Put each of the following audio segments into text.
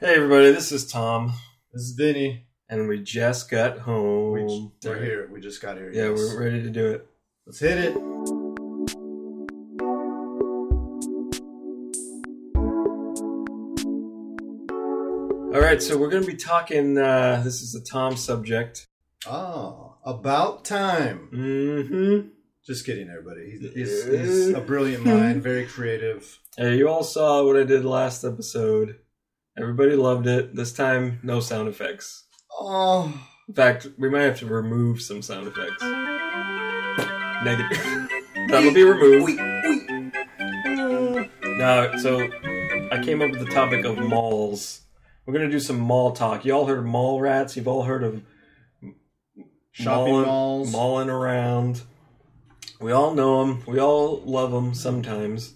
Hey everybody, this is Tom, This is Vinny. and we just got home. We, are here. We just got here. Yeah, yes. we're ready to do it. Let's hit it. All right, so we're going to be talking. Uh, this is the Tom subject. Oh, about time. Mm-hmm. Just kidding, everybody. He's, he's, he's a brilliant mind, very creative. Hey, you all saw what I did last episode. Everybody loved it. This time, no sound effects. Oh, In fact, we might have to remove some sound effects. Negative. That'll be removed. No, so I came up with the topic of malls. We're gonna do some mall talk. Y'all heard of mall rats? You've all heard of shopping Mauling- malls. mauling around. We all know them. We all love them sometimes.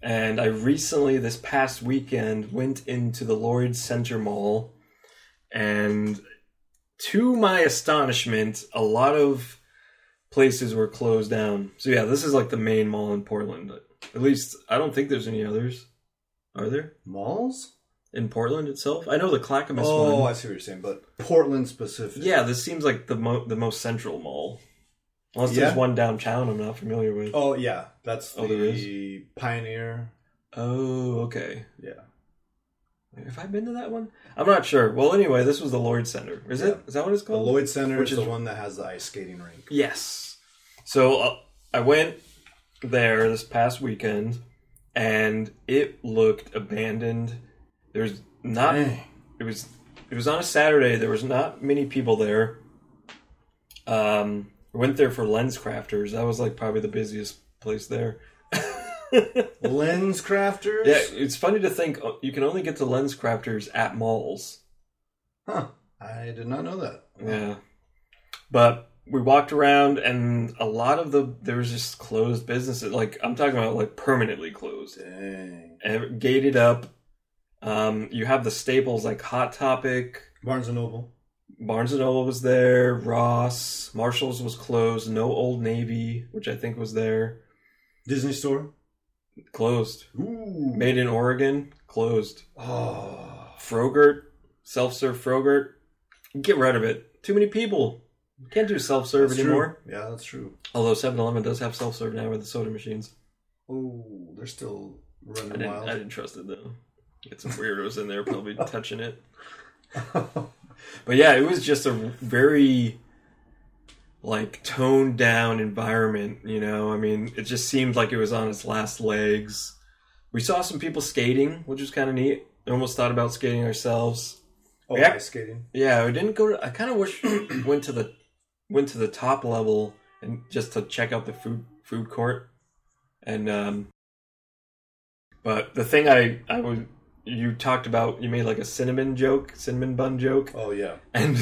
And I recently, this past weekend, went into the Lloyd Center Mall, and to my astonishment, a lot of places were closed down. So yeah, this is like the main mall in Portland. At least I don't think there's any others. Are there Malls? in Portland itself? I know the Clackamas Oh, one. I see what you're saying, but Portland specific. Yeah, this seems like the mo- the most central mall. Unless there's Yeah. one downtown I'm not familiar with. Oh, Oh, yeah. That's Oh, there the Pioneer. Oh, okay. Yeah. Have I been to that one? I'm not sure. Well, anyway, this was the Lloyd Center. Is it? Yeah. Is that what it's The called? Lloyd Center Oh, Which is is- the one that has the ice skating rink. Yes. So uh, I went there this past weekend, and it looked abandoned. There's not. Dang. It was. It was on a Saturday. There was not many people there. Um, I went there for lens crafters. That was like probably the busiest place there. Lens crafters? Yeah, it's funny to think uh, you can only get to lens crafters at malls. Huh. I did not know that. Yeah. But we walked around and a lot of the there was just closed businesses. Like I'm talking about like permanently closed. Dang. And gated up. Um, you have the staples like Hot Topic, Barnes and Noble. Barnes and Noble was there, Ross, Marshalls was closed, no Old Navy, which I think was there, Disney store. closed. Ooh. Made in Oregon, closed. Oh. Frogurt, self serve Frogurt. Get rid of it. Too many people. You can't do self serve That's anymore. True. Yeah, that's true. Although 7 Eleven does have self serve now with the soda machines. Oh, they're still running I didn't, wild. I didn't trust it though. Get some weirdos in there probably touching it. But yeah, it was just a very like toned down environment, you know. I mean, it just seemed like it was on its last legs. We saw some people skating, which was kind of neat. I almost thought about skating ourselves. oh, Yeah. ice skating. Yeah, I didn't go to. I kind of wish went to the went to the top level and just to check out the food food court. And um, but the thing I I was you talked about you made like a cinnamon joke, cinnamon bun joke, Oh yeah, and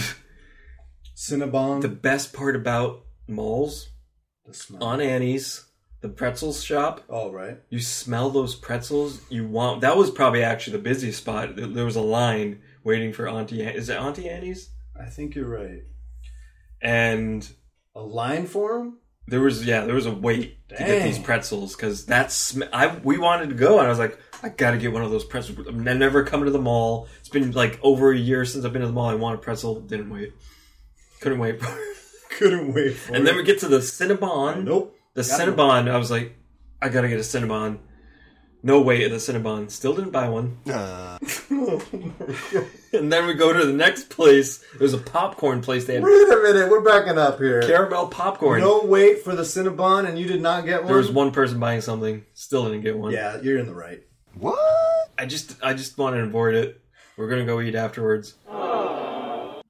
Cinnabon. the The, best part about malls smell. on Annie's, the pretzels shop. Oh right. You smell those pretzels, you want. That was probably actually the busiest spot. There- There was a line waiting for Auntie. An- Is it Auntie Annie's? I think you're right. And A line for him. There was yeah, there was a wait to get Dang. these pretzels because that's sm- I we wanted to go and I was like I gotta get one of those pretzels. I've never come to the mall. It's been like over a year since I've been to the mall. I want a pretzel. Didn't wait. Couldn't wait. Couldn't wait for. and then we it. get to the Cinnabon. Nope. The Got it. Cinnabon. I was like, I gotta get a Cinnabon. No wait at the Cinnabon. Still didn't buy one. And then we go to the next place. There's a popcorn place. They had Wait a minute. We're backing up here. caramel popcorn. No wait for the Cinnabon, and you did not get one. There was one person buying something. Still didn't get one. Yeah, you're in the right. I just I just want to avoid it. We're gonna go eat afterwards.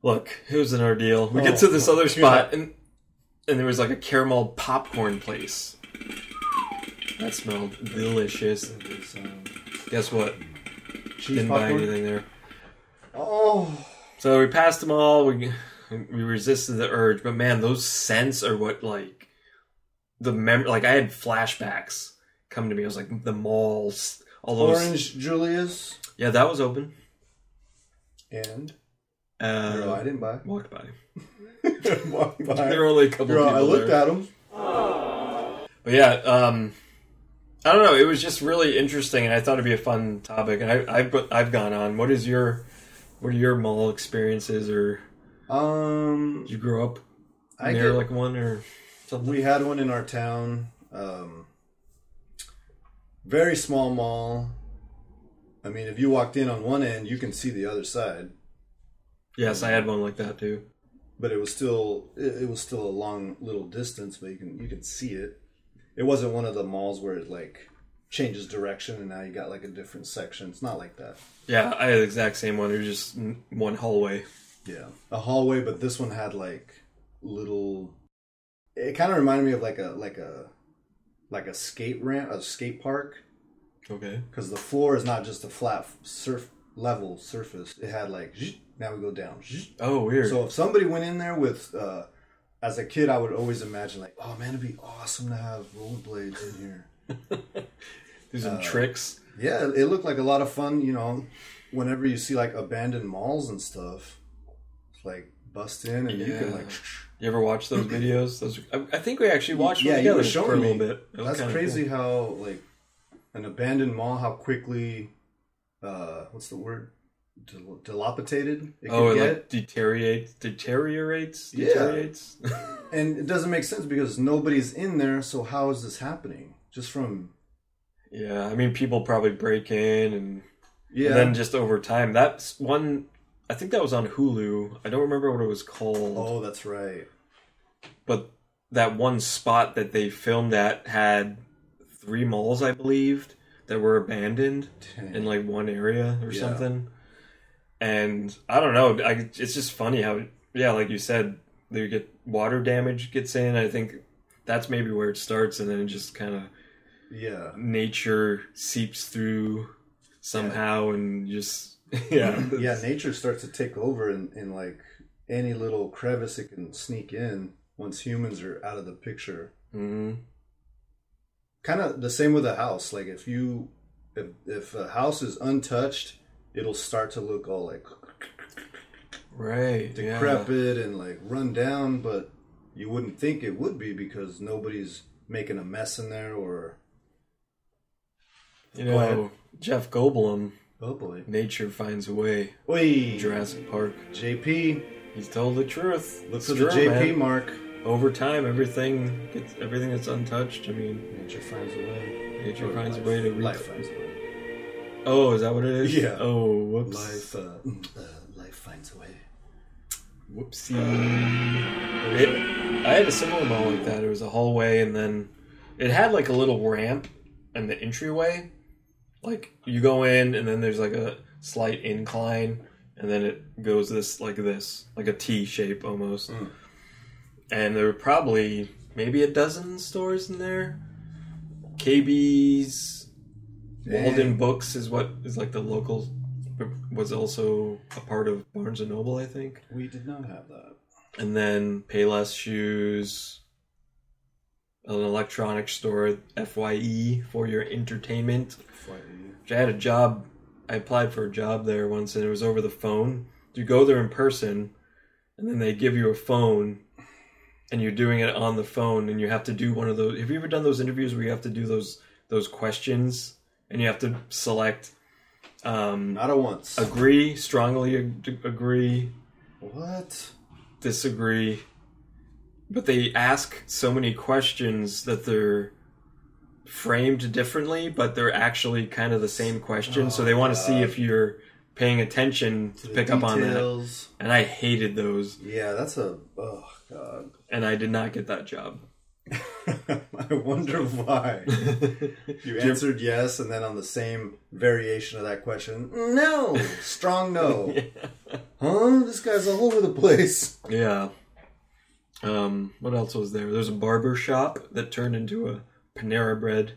Look, it was an ordeal. We get to this Oh. other spot and and there was like a caramel popcorn place. That smelled delicious. It's, um, Guess what? cheese Didn't buy popcorn. anything there. Oh, So we passed them all. We we resisted the urge, but man, those scents are what like the mem. Like I had flashbacks come to me. I was like the malls, all those. orange Julius Yeah, that was open. and Uh, no, I didn't buy. Walked by. Walk by. There were only a couple Girl, people I looked there. at him. But yeah, um, I don't know. It was just really interesting, and I thought it'd be a fun topic. And I, I've put- I've gone on. What is your what are your mall experiences, or Um, did you grow up I near get, like one or something? we had one in our town. Um, very small mall. I mean, if you walked in on one end, you can see the other side, Yes, I had one like that too. but it was still it, it was still a long little distance, but you can you can see it. It wasn't one of the malls where it like changes direction and now you got like a different section. It's not like that. Yeah, I had the exact same one. It was just n- one hallway. Yeah, a hallway, but this one had like little. It kind of reminded me of like a like a like a skate ramp, a skate park, Okay. because the floor is not just a flat surf level surface. It had like zzz, now we go down. zzz. Oh, weird. So if somebody went in there with, uh, as a kid, I would always imagine like, oh man, it'd be awesome to have rollerblades in here. Do some uh, tricks. Yeah, it looked like a lot of fun. You know, whenever you see like abandoned malls and stuff, like bust in and you can Yeah. like. You ever watch those videos? Those I, I think we actually watched Yeah, one you together were showing for a little me. bit. It was That's kinda crazy how like an abandoned mall, how quickly, uh, what's the word, Dil- dilapidated it Cool. Oh, can it get, like deteriorates, deteriorates, Yeah. deteriorates. and it doesn't make sense because nobody's in there. So how is this happening? Just from yeah, I mean, people probably break in and yeah, And then just over time, that's one. I think that was on Hulu. I don't remember what it was called, oh, that's right. but that one spot that they filmed at had three malls, I believed, that were abandoned Dang. in like one area or Yeah. something. And I don't know. I, it's just funny how, yeah, like you said, they get water damage gets in. I think that's maybe where it starts, and then it just kind of yeah, nature seeps through somehow, and just yeah, yeah. Nature starts to take over, and in, in like any little crevice it can sneak in once humans are out of the picture. hmm kind of the same with a house like if you if if a house is untouched it'll start to look all like Right. yeah. decrepit and like run down but you wouldn't think it would be because nobody's making a mess in there or You Go ahead. know, Jeff Goldblum, oh boy Nature Finds a Way, Oy, Jurassic Park. jp He's told the truth. look It's for the true, jp man. mark Over time, everything gets everything that's untouched. I mean, nature finds a way nature Or finds life- a way to re- life finds a way Oh, is that what it is? Yeah. Oh, whoops. life uh, mm, uh, life finds a way Whoopsie. It, I had a similar mall like that. It was a hallway, and then it had like a little ramp in the entryway. Like you go in, and then there's like a slight incline, and then it goes this like this, like a T shape almost. Mm. And there were probably maybe a dozen stores in there. KB's, Walden Dang. Books is what is like the local. Was also a part of Barnes and Noble, I think we did not have that and then Payless Shoes, an electronic store, FYE for your entertainment. Fighting. Which I had a job. I applied for a job there once, and it was over the phone. You go there in person, and then they give you a phone, and you're doing it on the phone, and you have to do one of those. Have you ever done those interviews where you have to do those those questions, and you have to select um, not at once agree, strongly ag- agree, what disagree, but they ask so many questions that they're framed differently, but they're actually kind of the same question. so Oh, they want to God. see if you're paying attention to The pick up on that. details. And I hated those, Yeah, that's a oh god. and I did not get that job. I wonder why you answered yes, and then on the same variation of that question, no, strong no. Huh? This guy's all over the place. yeah. Um, what else was there? There's a barber shop that turned into a Panera Bread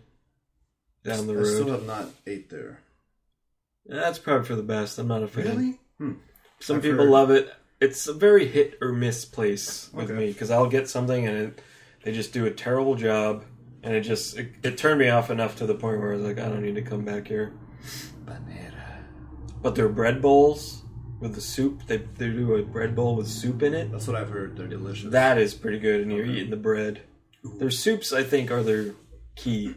down the I still road. have not ate there. That's probably for the best. I'm not a fan. Really? Hmm. Some I've people heard- love it. It's a very hit or miss place with Okay. me because I'll get something and it, they just do a terrible job, and it just it, it turned me off enough to the point where I was like, I don't need to come back here. Banera. But their bread bowls with the soup, they they do a bread bowl with soup in it. That's what I've heard. They're delicious. That is pretty good, and you're Okay. eating the bread. Their soups, I think, are their key.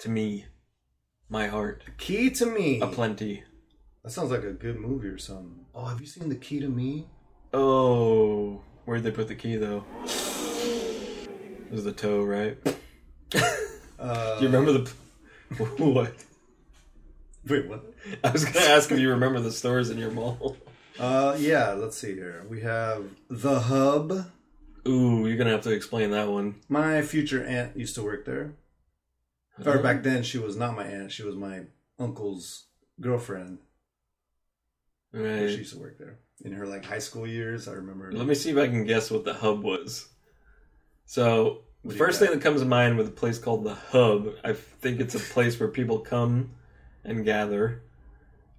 to me, my heart, Key to Me. a plenty. that sounds like a good movie or something. Oh, have you seen The Key to Me? Oh, where'd they put the key though? It was the toe, right? Do Uh, you remember the what? Wait, what? I was gonna ask if you remember the stores in your mall. Uh, yeah, let's see here. We have The Hub. Ooh, you're gonna have to explain that one. My future aunt used to work there. Or back then, she was not my aunt. She was my uncle's girlfriend. Right. She used to work there in her like high school years. I remember. Let me see if I can guess what the hub was. So, What the do you first got? thing that comes to mind with a place called the hub, I think it's a place where people come and gather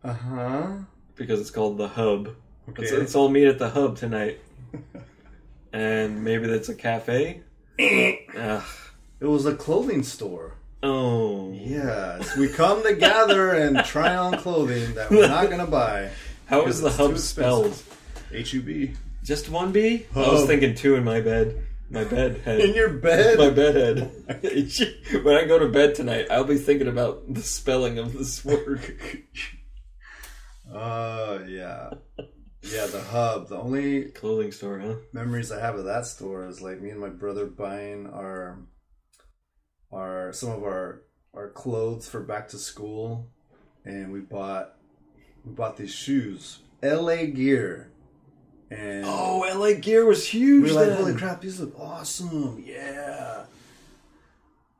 Uh huh. because it's called the hub. Okay. Let's, let's all meet at the hub tonight. and maybe that's a cafe? Ugh. It was a clothing store. Oh. Yes, we come to gather and try on clothing that we're not gonna buy. How is the Because it's too hub spelled? H U B. Just one B? I was Hub. thinking two in my bed. My bed head. In your bed. my bed head. when I go to bed tonight, I'll be thinking about the spelling of this word. Uh, yeah, yeah. The hub. The only Clothing store, huh? memories I have of that store is like me and my brother buying our our some of our our clothes for back to school, and we bought we bought these shoes, L.A. Gear, and Oh, LA Gear was huge. we were like, then. holy crap, these look awesome, yeah.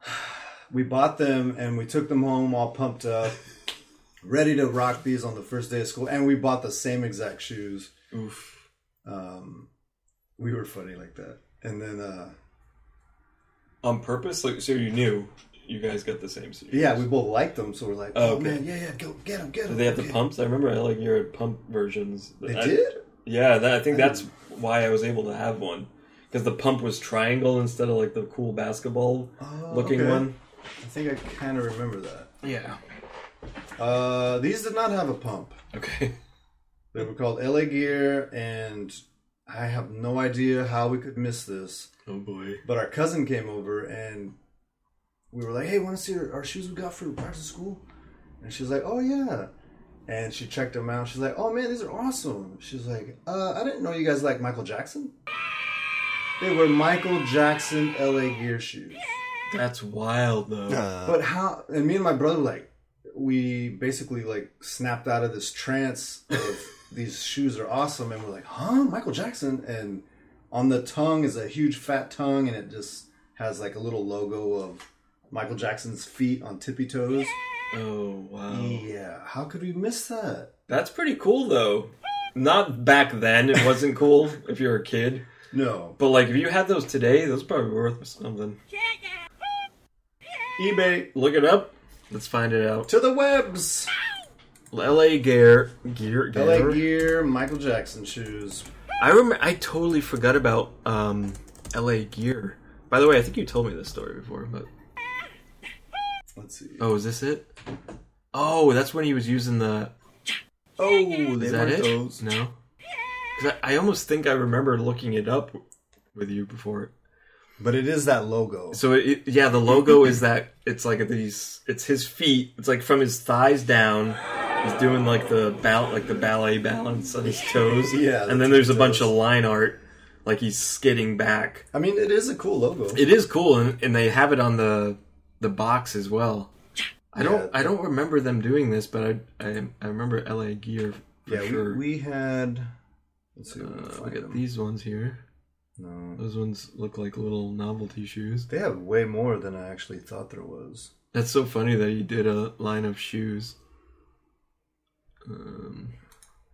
We bought them and we took them home all pumped up, ready to rock these on the first day of school, and we bought the same exact shoes Oof. um, we were funny like that. And then, uh, On purpose? Like, so you knew you guys got the same suit. yeah, we both liked them, so we're like, Oh, "Oh, okay. man, yeah, yeah, go get them, get Did them." they have the pumps? I remember LA Gear had pump versions. They I- did. Yeah, that, I think that's why I was able to have one. Because the pump was triangle instead of like the cool basketball Oh, looking okay. one. I think I kind of remember that. Yeah. Uh, these did not have a pump. Okay. They were called LA Gear, and I have no idea how we could miss this. Oh boy. But our cousin came over, and we were like, "Hey, want to see our, our shoes we got for back to school?" And she's like, "Oh yeah." And she checked them out. She's like, "Oh man, these are awesome." She's like, uh, "I didn't know you guys like Michael Jackson." They were Michael Jackson LA Gear shoes. That's wild though. But how? And me and my brother like we basically like snapped out of this trance of these shoes are awesome, and we're like, huh, Michael Jackson, and on the tongue is a huge fat tongue, and it just has like a little logo of Michael Jackson's feet on tippy toes. Oh wow. Yeah, how could we miss that? That's pretty cool though. Not back then, it wasn't cool if you were a kid. No, But like if you had those today, those probably worth something. eBay Look it up. Let's find it out. to the webs. L.A. Gear, Gear, Gear. LA Gear, Michael Jackson shoes. I remember. I totally forgot about um, L.A. Gear. By the way, I think you told me this story before, but Let's see. oh, is this it? Oh, that's when he was using the. Oh, they Is that weren't it? those. No. Because I, I almost think I remember looking it up with you before. But it is that logo. So it, it- yeah, the logo is that it's like these. It's his feet. It's like from his thighs down. He's doing like the bal- like the ballet balance on his toes. Yeah, and the then there's a tippy bunch toes. of line art, like he's skidding back. I mean, it is a cool logo. It is cool, and, and they have it on the the box as well. I don't Yeah. I don't remember them doing this, but I I, I remember LA Gear for yeah, sure. we, we had. Let's see. if we can uh, find look at them. these ones here. No, Those ones look like little novelty shoes. they have way more than I actually thought there was. That's so funny that he did a line of shoes. Um,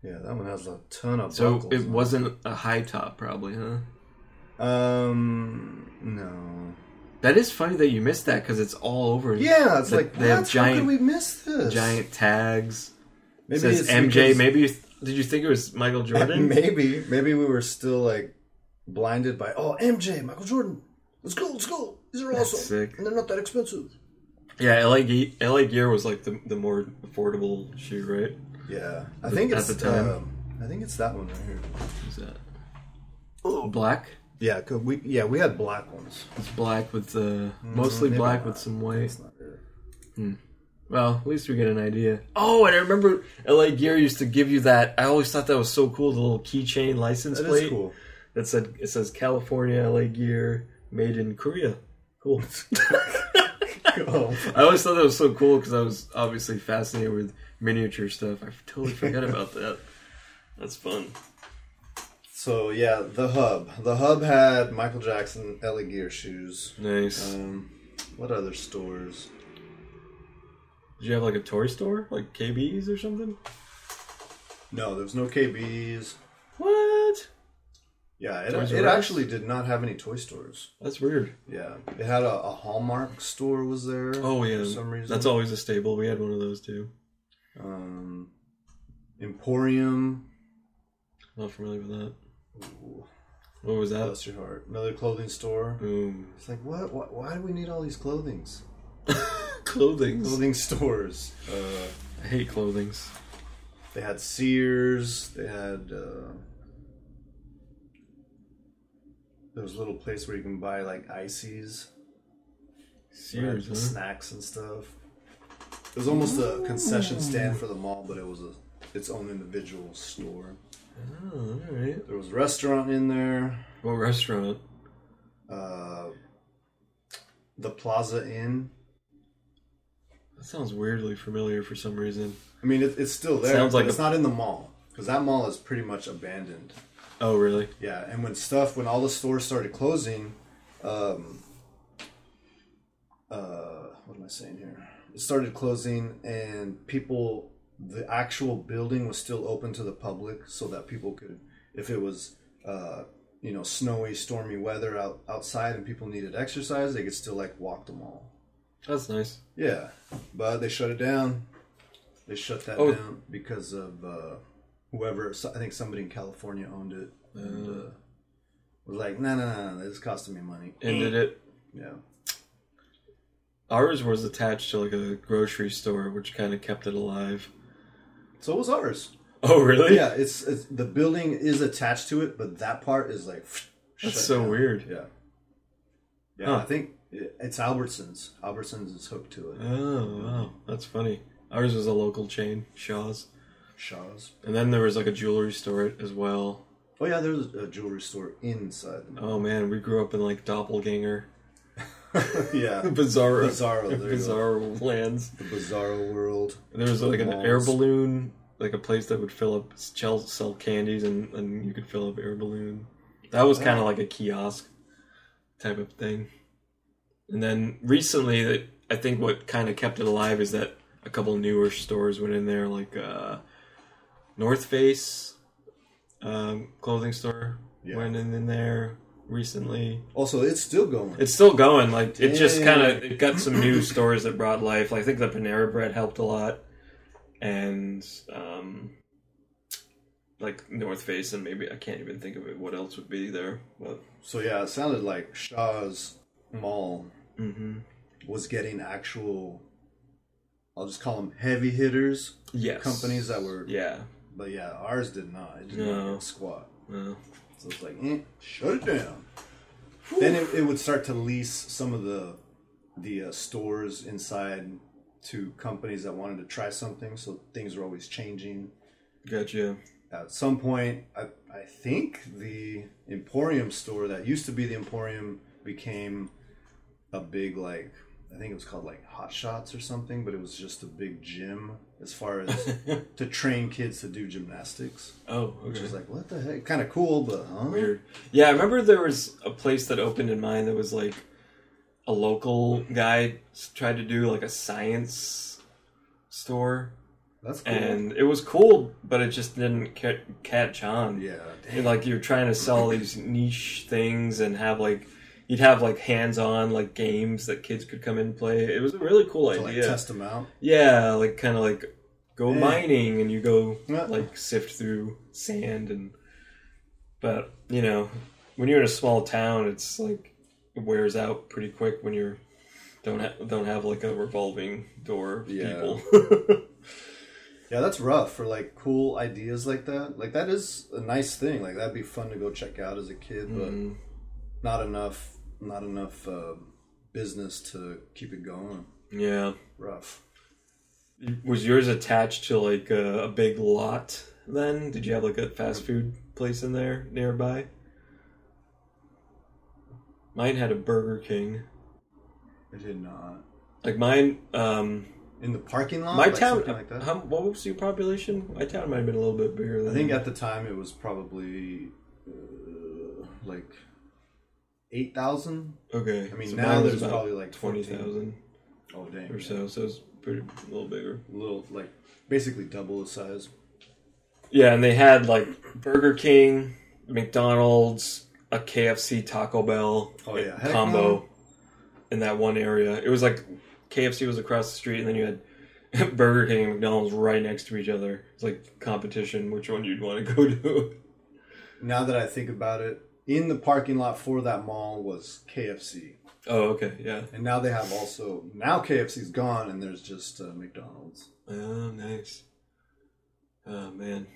Yeah, that one has a ton of. so buckles it on wasn't a high top, probably, huh? Um, no. That is funny that you missed that because it's all over. Yeah, it's They- like they have what? How giant- could we miss this? Giant tags. Maybe says it's MJ. because- Maybe you th- did you think it was Michael Jordan? Maybe, maybe we were still like blinded by oh MJ, Michael Jordan. Let's go, let's go. These are That's awesome, sick. and they're not that expensive. Yeah, LA, Ge- LA Gear was like the, the more affordable shoe, right? Yeah, I think At it's the time. Um, I think it's that one right here. Is that black? Yeah, 'cause we yeah we had black ones. It's black with uh, mostly Mm-hmm. maybe black not. with some white. That's not it. Well, at least we get an idea. Oh, and I remember LA Gear used to give you that. I always thought that was so cool. The little keychain license That plate is cool. that said it says California LA Gear made in Korea. Cool. Oh, I always thought that was so cool because I was obviously fascinated with miniature stuff. I totally forgot about that. That's fun. so yeah, the hub. The hub had Michael Jackson, Ellie Gear shoes. Nice. Um, what other stores? Did you have like a toy store, like KB's or something? No, there was no KBs. What? Yeah, it, Toys R it Us? actually did not have any toy stores. That's weird. Yeah, it had a, a Hallmark store was there. Oh yeah, for some reason that's always a staple. We had one of those too. Um, Emporium. Not familiar with that. Ooh, What was that? bless your heart. Another clothing store. Boom. It's like what? Why, why do we need all these clothings? Clothings. Clothing stores. Uh, I hate clothings. they had Sears. They had. Uh, there was a little place where you can buy like ices, Sears, right, huh? snacks and stuff. It was almost a concession stand for the mall, but it was a its own individual store. Oh, all right. There was a restaurant in there. What restaurant? uh, the Plaza Inn. That sounds weirdly familiar for some reason. I mean, it, it's still there. Sounds but like it's a- not in the mall because that mall is pretty much abandoned. Oh, really? Yeah, and when stuff, when all the stores started closing, um, uh, what am I saying here? It started closing, and people, the actual building was still open to the public, so that people could, if it was, uh, you know, snowy, stormy weather out outside, and people needed exercise, they could still like walk the mall. That's nice. Yeah, but they shut it down. They shut that Oh. down because of uh, whoever. so- I think somebody in California owned it and Mm. uh, was like, "No, no, no, this is costing me money." Ended it. Yeah, Ours was attached to like a grocery store, which kind of kept it alive. so it was ours. Oh, really? Yeah, it's, it's the building is attached to it, but that part is like. shut That's so down. weird. Yeah, yeah. Huh. I think it- it's Albertsons. Albertsons is hooked to it. Oh, wow. That's funny. Ours was a local chain, Shaw's. Shaw's. And then there was like a jewelry store as well. Oh yeah, there's a jewelry store inside the mall. Oh man, we grew up in like doppelganger, yeah, bizarro, Bizarro, there you bizarro lands. the Bizarro world. There was like an air Malls. balloon, like a place that would fill up, sell, sell candies, and, and you could fill up air balloon. That was kind of like a kiosk type of thing. And then recently, that- I think what kind of kept it alive is that a couple newer stores went in there, like uh, North Face um, clothing store Yeah. went in, in there recently. Also, it's still going. It's still going. Like it just Dang. kind of it got some new stores that brought life. Like, I think the Panera Bread helped a lot, and um, like North Face, and maybe I can't even think of it. What else would be there? But So yeah, it sounded like Shaw's Mall mm-hmm. was getting actual. I'll just call them heavy hitters yes, companies that were, yeah, but yeah, ours did not. It did not No. get squat. well, So it's like, eh, shut it down. Then it, it would start to lease some of the the uh, stores inside to companies that wanted to try something. So things were always changing. gotcha. at some point I, I think the emporium store that used to be the emporium became a big like i think it was called like hot shots or something but it was just a big gym as far as to train kids to do gymnastics Oh, which okay. is like what the heck kind of cool but huh Weird. Yeah, I remember there was a place that opened in mine that was like a local guy s- tried to do like a science store that's cool and it was cool, but it just didn't ca- catch on. yeah dang. And, like you're trying to sell these niche things and have like you'd have like hands-on like games that kids could come in and play. It was a really cool to like idea. test them out yeah, like kind of like go Yeah. mining and you go Yeah. like sift through sand and but you know when you're in a small town, it's like it wears out pretty quick when you're don't ha- don't have like a revolving door of Yeah. people. yeah that's rough for like cool ideas like that like that is a nice thing like that'd be fun to go check out as a kid but Mm. not enough not enough uh, business to keep it going Yeah. Rough. Was yours attached to like a, a big lot then? Did you have like a fast food place in there nearby? Mine had a Burger King. I did not. Like mine, um, In the parking lot? my Like town. something like that? How, what was your population? My town might have been a little bit bigger. Than I think at the time it was probably uh, like 8,000. okay. I mean, so now mine was there's about probably, like, twenty 14 thousand Oh, dang. or yeah. so. So it's pretty a little bigger. A little, like, basically double the size. Yeah, and they had like Burger King, McDonald's, a KFC, Taco Bell Oh, yeah. Heck combo no. in that one area. It was like KFC was across the street, and then you had Burger King and McDonald's right next to each other. It's like competition, which one you'd want to go to. Now that I think about it, in the parking lot for that mall was KFC. Oh, okay, yeah. And now they have also, now KFC's gone and there's just uh, McDonald's. Oh, nice. Oh man,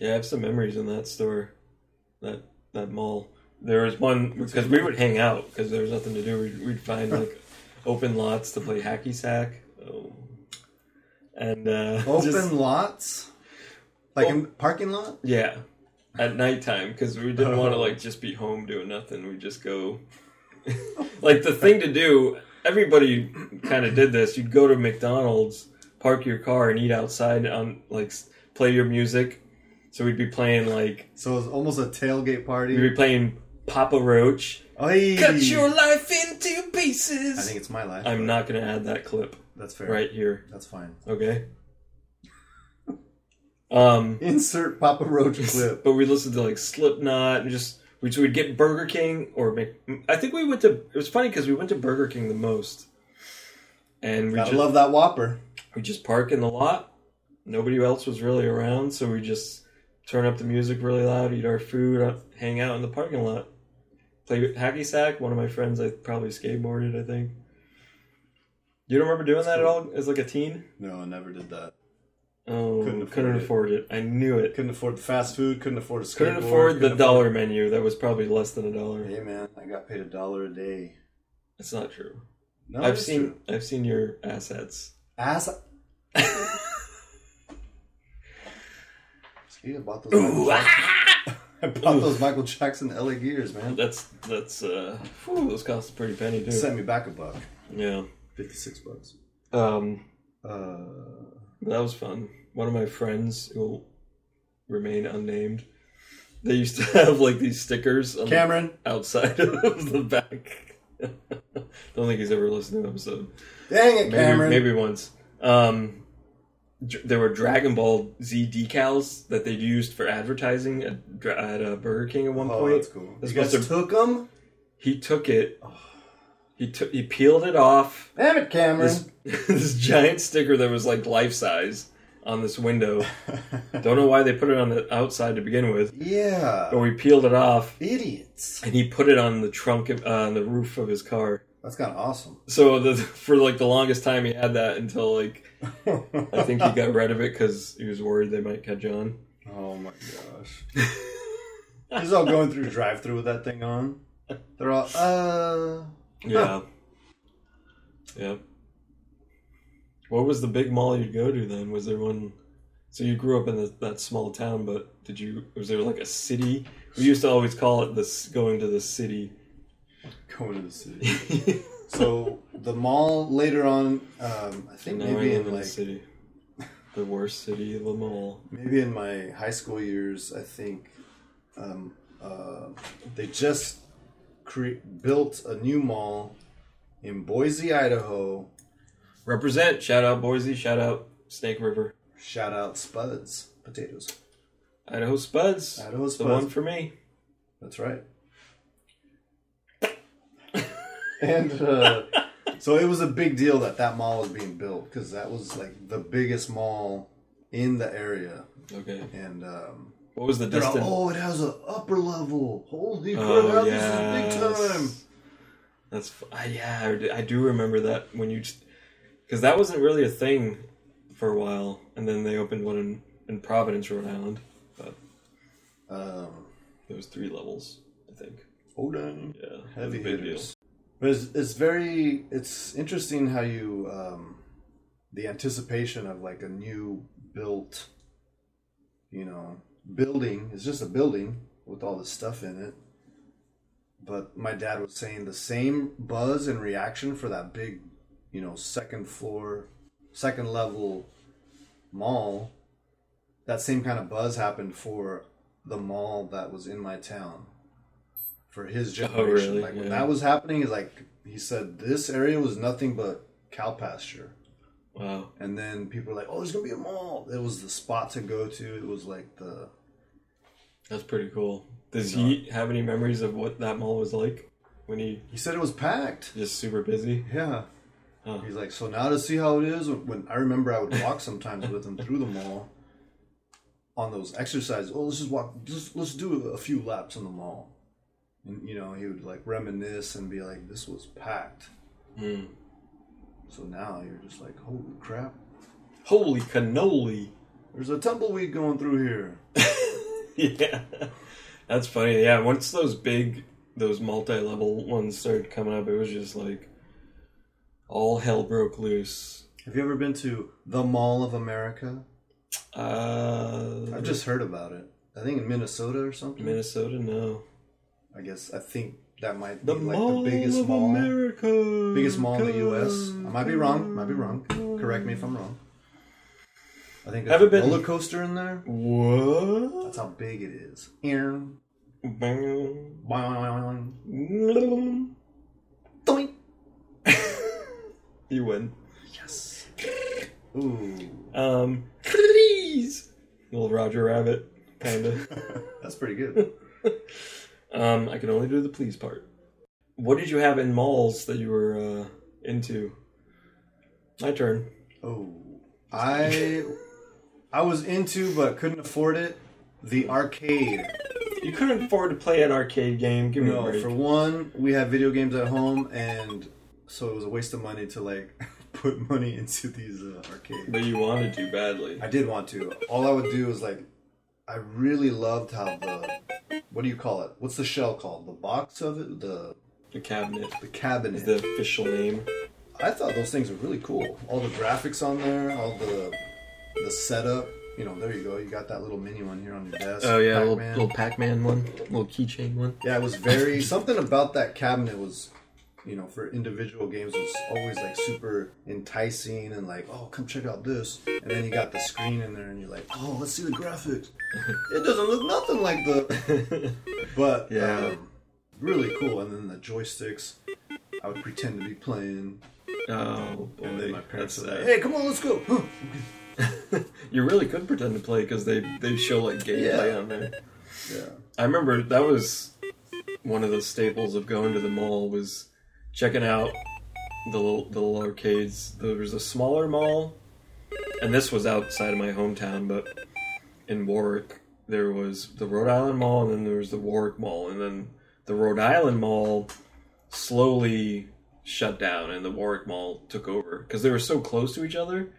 yeah, I have some memories in that store, that that mall. There was one because we would hang out because there was nothing to do. We'd, we'd find like open lots to play hacky sack. Oh. And uh, Open just- Oh. lots? Like in parking lot? yeah, at nighttime because we didn't want to Oh. like just be home doing nothing. We just go like the thing to do. Everybody kind of did this. You'd go to McDonald's, park your car, and eat outside on like s- play your music. So we'd be playing like So it was almost a tailgate we'd be party. playing Papa Roach. Oy. Cut your life into pieces. I think it's my life. I'm not gonna add that clip That's fair. right here. That's fine. Okay. Um. Insert Papa Roach clip. But we listened to like Slipknot and just we so we'd get Burger King or Mc, I think we went to it was funny because we went to Burger King the most, and we Gotta just love that Whopper. we just park in the lot. Nobody else was really around, so we just turn up the music really loud, eat our food, uh, hang out in the parking lot, play hacky sack. One of my friends, I probably skateboarded. I think. You don't remember doing that at all as like a teen? No, I never did that. Oh, Couldn't couldn't afford, afford it. it. I knew it. Couldn't afford the fast food. Couldn't afford a skateboard. Couldn't afford the couldn't dollar menu. That was probably less than a dollar. Hey man, I got paid a dollar a day. It's not true. No, I've it's seen true. I've seen your assets. ass. See, I bought those. Michael ah! Jackson- I bought those Michael Jackson LA gears, man. That's that's uh whew, those cost a pretty penny too. Sent me back a buck, Yeah. fifty-six bucks. Um Uh, that was fun. One of my friends who will remain unnamed, they used to have like these stickers on the Cameron. outside of the back. Don't think he's ever listened to an episode. Dang it, Maybe, Cameron. maybe once. Um, dr- there were Dragon Ball Z decals that they used for advertising at, dra- at uh, Burger King at one Oh, point. that's cool. That's you guys supposed took them. He took it. He took. He peeled it off. Damn it, Cameron. This, this giant sticker that was like life size on this window. Don't know why they put it on the outside to begin with, yeah. but we peeled it off, Idiots. and he put it on the trunk of, uh, on the roof of his car. That's kind of awesome. So the, for like the longest time, he had that until like I think he got rid of it because he was worried they might catch on. oh my gosh. He's all going through drive through with that thing on. They're all, uh. Yeah. yeah. What was the big mall you'd go to then? Was there one? So you grew up in the, that small town, but did you? Was there like a city? We used to always call it this going to the city. Going to the city. so the mall later on, um, I think now I maybe live in in the like. city, the worst city of them all. Maybe in my high school years, I think um, uh, they just cre- built a new mall in Boise, Idaho. Represent! Shout out Boise! Shout out Snake River! Shout out Spuds Potatoes. Idaho Spuds! Idaho the Spuds. one for me. That's right. and uh, so it was a big deal that that mall was being built because that was like the biggest mall in the area. Okay. And um, What was the they're all, distance? oh, it has an upper level. Holy crap, Oh this is big time. yes. That's f- I- yeah. I do- I do remember that when you, because that wasn't really a thing for a while, and then they opened one in, in Providence, Rhode Island. But Um, there was three levels, I think. oh, dang. Yeah, it was a Heavy big hitters. But it's, it's very it's interesting how you um, the anticipation of like a new built, you know, building. It's just a building with all this stuff in it. But my dad was saying the same buzz and reaction for that big, you know, second floor, second level mall. That same kind of buzz happened for the mall that was in my town for his generation. Oh, really? Like when Yeah. that was happening, he's like he said this area was nothing but cow pasture. Wow. And then people were like, "Oh, there's gonna be a mall." It was the spot to go to. It was like the That's pretty cool. Does he have any memories of what that mall was like when he he said it was packed. just super busy? Yeah. Huh. He's like, "So now to see how it is." When I remember, I would walk sometimes with him through the mall on those exercises. Oh, let's just walk. Just, let's do a few laps in the mall. And you know, he would like reminisce and be like, "This was packed." Hmm. So now you're just like, "Holy crap! Holy cannoli! There's a tumbleweed going through here." yeah, that's funny. Yeah, once those big, those multi-level ones started coming up, it was just like all hell broke loose. Have you ever been to the Mall of America? Uh, I've just heard about it. I think in Minnesota or something. Minnesota, no. I guess I think that might be The like mall the biggest of mall, America, biggest mall in the U.S. I might be wrong. Might be wrong. Correct me if I'm wrong. I think there's Haven't a been- roller coaster in there. What? That's how big it is. Earn. Bang. Boing. Doink. you win. Yes. Ooh, Um, please, little Roger Rabbit, kinda. that's pretty good. um, I can only do the please part. What did you have in malls that you were uh, into? My turn. Oh, I I was into but couldn't afford it. The arcade. You couldn't afford to play an arcade game. Give me a No, break. for one, we had video games at home, and so it was a waste of money to like put money into these uh, arcades. But you wanted to badly. I did want to. All I would do was like, I really loved how the what do you call it? What's the shell called? The box of it? The The cabinet the is cabinet. the official name. I thought those things were really cool. All the graphics on there, all the the setup. You know, there you go. You got that little mini one here on your desk. Oh, Pac-Man. Pac-Man one, little keychain one. Yeah, it was very something about that cabinet was, you know, for individual games was always like super enticing and like, oh, come check out this. And then you got the screen in there and you're like, oh, let's see the graphics. It doesn't look nothing like Oh, the, but Yeah. yeah, um, really cool. And then the joysticks, I would pretend to be playing, Oh boy, and then my parents that's would like, sad. hey, come on, let's go. Huh. You really could pretend to play because they they show like gameplay Yeah. on there. Yeah, I remember that was one of the staples of going to the mall was checking out the little, the little arcades. There was a smaller mall, and this was outside of my hometown, but in Warwick there was the Rhode Island Mall, and then there was the Warwick Mall, and then the Rhode Island Mall slowly shut down, and the Warwick Mall took over because they were so close to each other.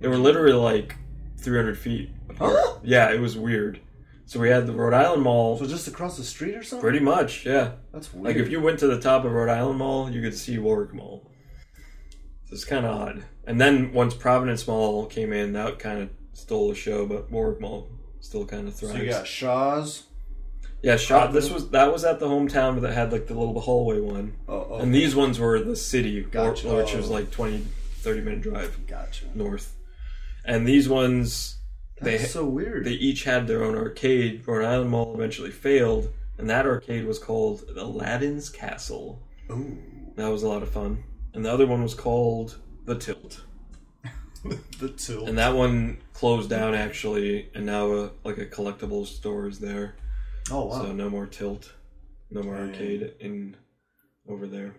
They were literally like 300 feet apart. Huh? Yeah, it was weird. So we had the Rhode Island Mall. so just across the street or something. Pretty much, yeah. That's weird. Like if you went to the top of Rhode Island Mall, you could see Warwick Mall. So it's kind of odd. And then once Providence Mall came in, that kind of stole the show, but Warwick Mall still kind of thrives. so you got Shaw's. yeah, shot. This was that was at the hometown that had like the little hallway one, Oh, oh, and these ones were the city, War- Gotcha. which was like 20, 30 minute drive gotcha. north. And these ones, they That's so weird. they each had their own arcade. Rhode Island Mall eventually failed, and that arcade was called Aladdin's Castle. Ooh. That was a lot of fun. And the other one was called The Tilt. the tilt. And that one closed down actually, and now a, like a collectibles store is there. oh wow. So no more Tilt, no more Dang. arcade in over there.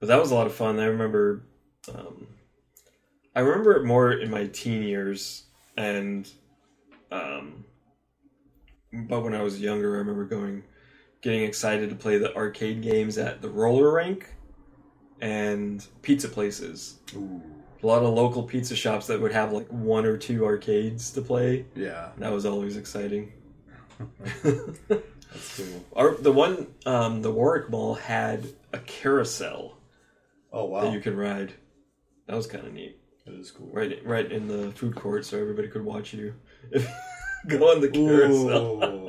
But that was a lot of fun. I remember, um, I remember it more in my teen years, and um, but when I was younger, I remember going, getting excited to play the arcade games at the roller rink and pizza places. Ooh. A lot of local pizza shops that would have like one or two arcades to play. Yeah. That was always exciting. That's cool. Our, the one, um, the Warwick Mall had a carousel Oh wow, that you could ride. That was kind of neat. that is cool. Right, right in the food court, so everybody could watch you go on the carousel. Ooh.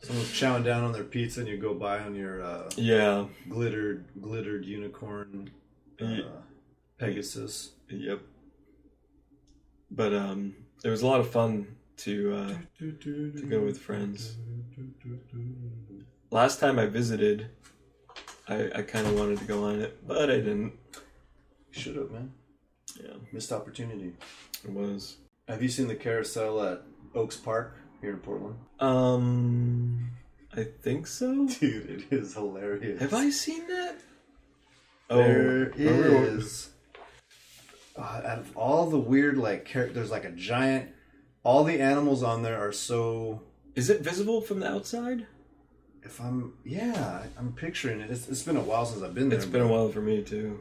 Someone's chowing down on their pizza, and you go by on your uh, Yeah. glittered glittered unicorn uh, Ye- Pegasus. Yep. But um, it was a lot of fun to. Uh, to go with friends. last time I visited, I, I kind of wanted to go on it, but I didn't. Should have, man. Yeah. Missed opportunity. It was. Have you seen the carousel at Oaks Park here in Portland? Um, I think so. Dude, it is hilarious. Have I seen that? Oh, There remember when- is. Uh, out of all the weird, like, char- there's like a giant. All the animals on there are so. Is it visible from the outside? If I'm, yeah, I'm picturing it. It's, it's been a while since I've been there. It's been a while for me too.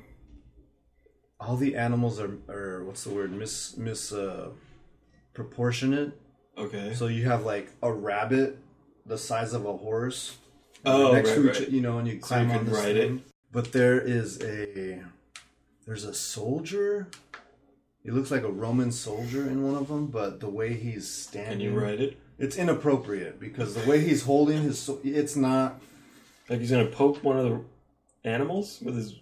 All the animals are, are what's the word? Mis, mis, uh, proportionate. Okay. So you have like a rabbit the size of a horse Oh, next right, to right. each, you know, and you climb you on can this ride thing. But there is a there's a soldier. He looks like a Roman soldier in one of them, but the way he's standing, Can you ride it? it's inappropriate because the way he's holding his, so- it's not Like he's gonna poke one of the animals with his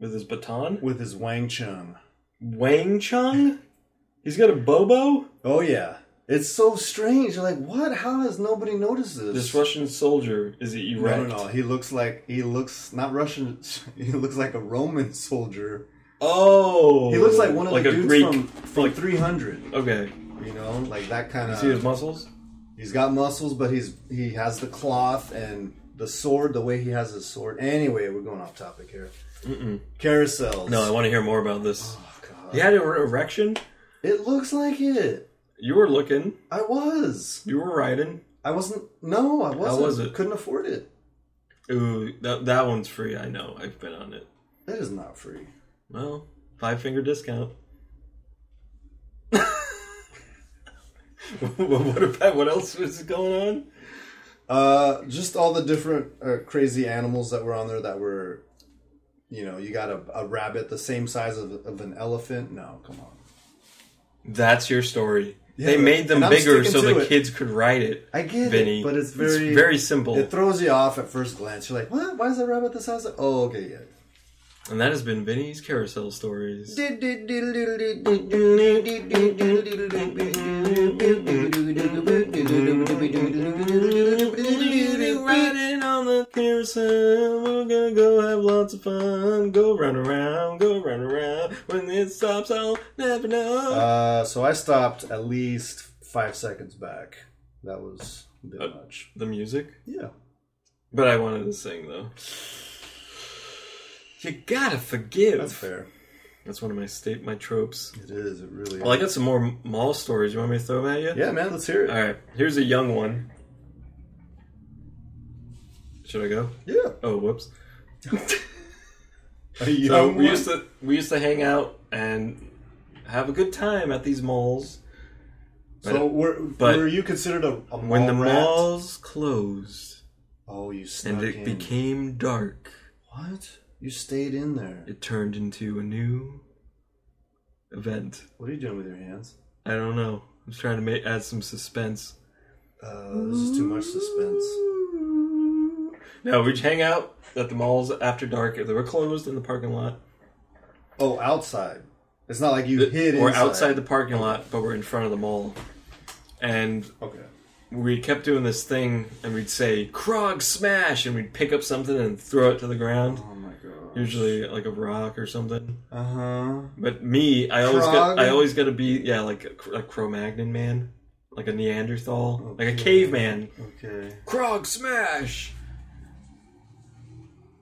with his baton? with his Wang Chun. Wang Chung? He's got a bobo? Oh yeah, it's so strange. You're like, what? How has nobody noticed this? This Russian soldier is he no, erect? no, no. He looks like he looks not Russian. He looks like a Roman soldier. Oh, He looks like one of like the a dudes Greek. from, from 300. okay, You know, like that kind see his of. muscles. He's got muscles, but he's he has the cloth and the sword. The way he has his sword. Anyway, we're going off topic here. Carousels. No, I want to hear more about this. Oh, God. He had an erection. It looks like it. You were looking. I was. You were riding. I wasn't. No, I wasn't. was it? Couldn't afford it. Ooh, that that one's free. I know. I've been on it. That is not free. Well, five finger discount. what, what about what else was going on? Uh, just all the different uh, crazy animals that were on there that were, you know, you got a, a rabbit the same size of, of an elephant. No, come on. That's your story. Yeah, they but- made them and I'm bigger sticking so to the it. kids could ride it. I get Vinny. it, but it's very very simple. It throws you off at first glance. You're like, what? Why is that rabbit the size of? Oh, okay, yeah. And that has been Vinny's Carousel Uh, Stories. Riding on the carousel, we're gonna go have lots of fun. Go run around, go run around. When it stops, I'll never know. Uh, so I stopped at least five seconds back. That was a bit much. the music, Yeah. but I wanted to sing though. You gotta forgive. That's fair. That's one of my state my tropes. It is. It really. Is. Well, I got some more mall stories. You want me to throw them at you? yeah, man. Let's hear it. All right, here's a young one. Should I go? Yeah. Oh, whoops. A young So we one. used to we used to hang out and have a good time at these malls. So were, but- were you considered a, a When mall the rat? malls closed Oh, you snuck and it in. became dark, what? You stayed in there. it turned into a new event. What are you doing with your hands? I don't know. I'm trying to make add some suspense. Uh, this is too much suspense. No, we'd hang out at the malls after dark. They were closed in the parking lot. Oh, outside. It's not like you hid. We're inside. outside the parking lot, but we're in front of the mall. And Okay. we kept doing this thing, and we'd say, Krog smash! And we'd pick up something and throw it to the ground. Oh my god. Usually, like a rock or something. Uh huh. But me, I always got, Krog? I always got to be, yeah, like a, a Cro-Magnon man, like a Neanderthal, like a Okay. caveman. Okay. Krog smash!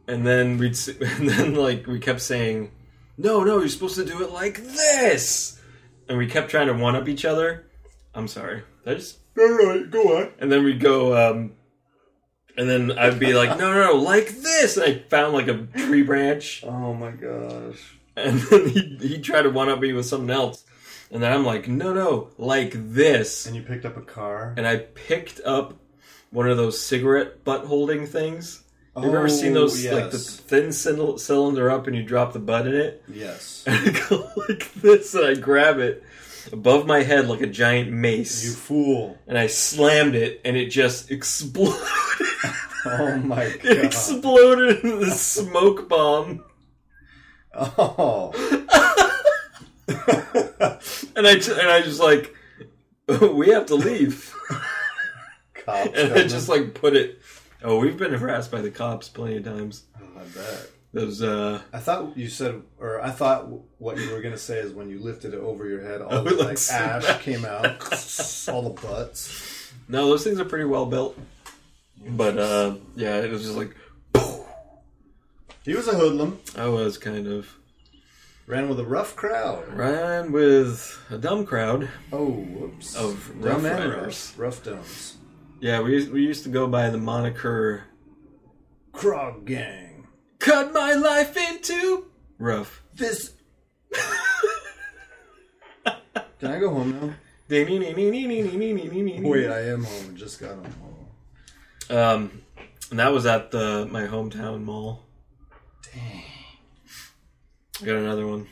And then we'd, s- and then like we kept saying, no, no, you're supposed to do it like this, and we kept trying to one up each other. I'm sorry, did I just All right, go on. and then we'd go, um, and then I'd be like, no, no, no, like this. And I found like a tree branch, Oh my gosh. and then he he tried to one up me with something else, and then I'm like, no, no, like this. And you picked up a car. And I picked up one of those cigarette butt holding things. Have you ever seen those like the thin cyl- cylinder up and you drop the butt in it? yes. And I go like this and I grab it above my head like a giant mace. You fool. and I slammed it and it just exploded. Oh my it god. exploded into the smoke bomb. oh. And I ju- and I just like we have to leave. Cops. And I coming. just like put it Oh, we've been harassed by the cops plenty of times. Oh, I bet. Those uh I thought you said, or I thought what you were gonna say is when you lifted it over your head, all Oh, the like like smash. ash came out, all the butts. no, those things are pretty well built. But uh yeah, it was just like He was a hoodlum. I was kind of Ran with a rough crowd. ran with a dumb crowd. Oh, whoops. Of Rough dumb and Riders. rough, rough dumbs. Yeah, we we used to go by the moniker Crog gang. Cut My Life into Rough. This. Can I go home now? Wait, I am home. Just got home. Um, and that was at the my hometown mall. Dang. I got another one.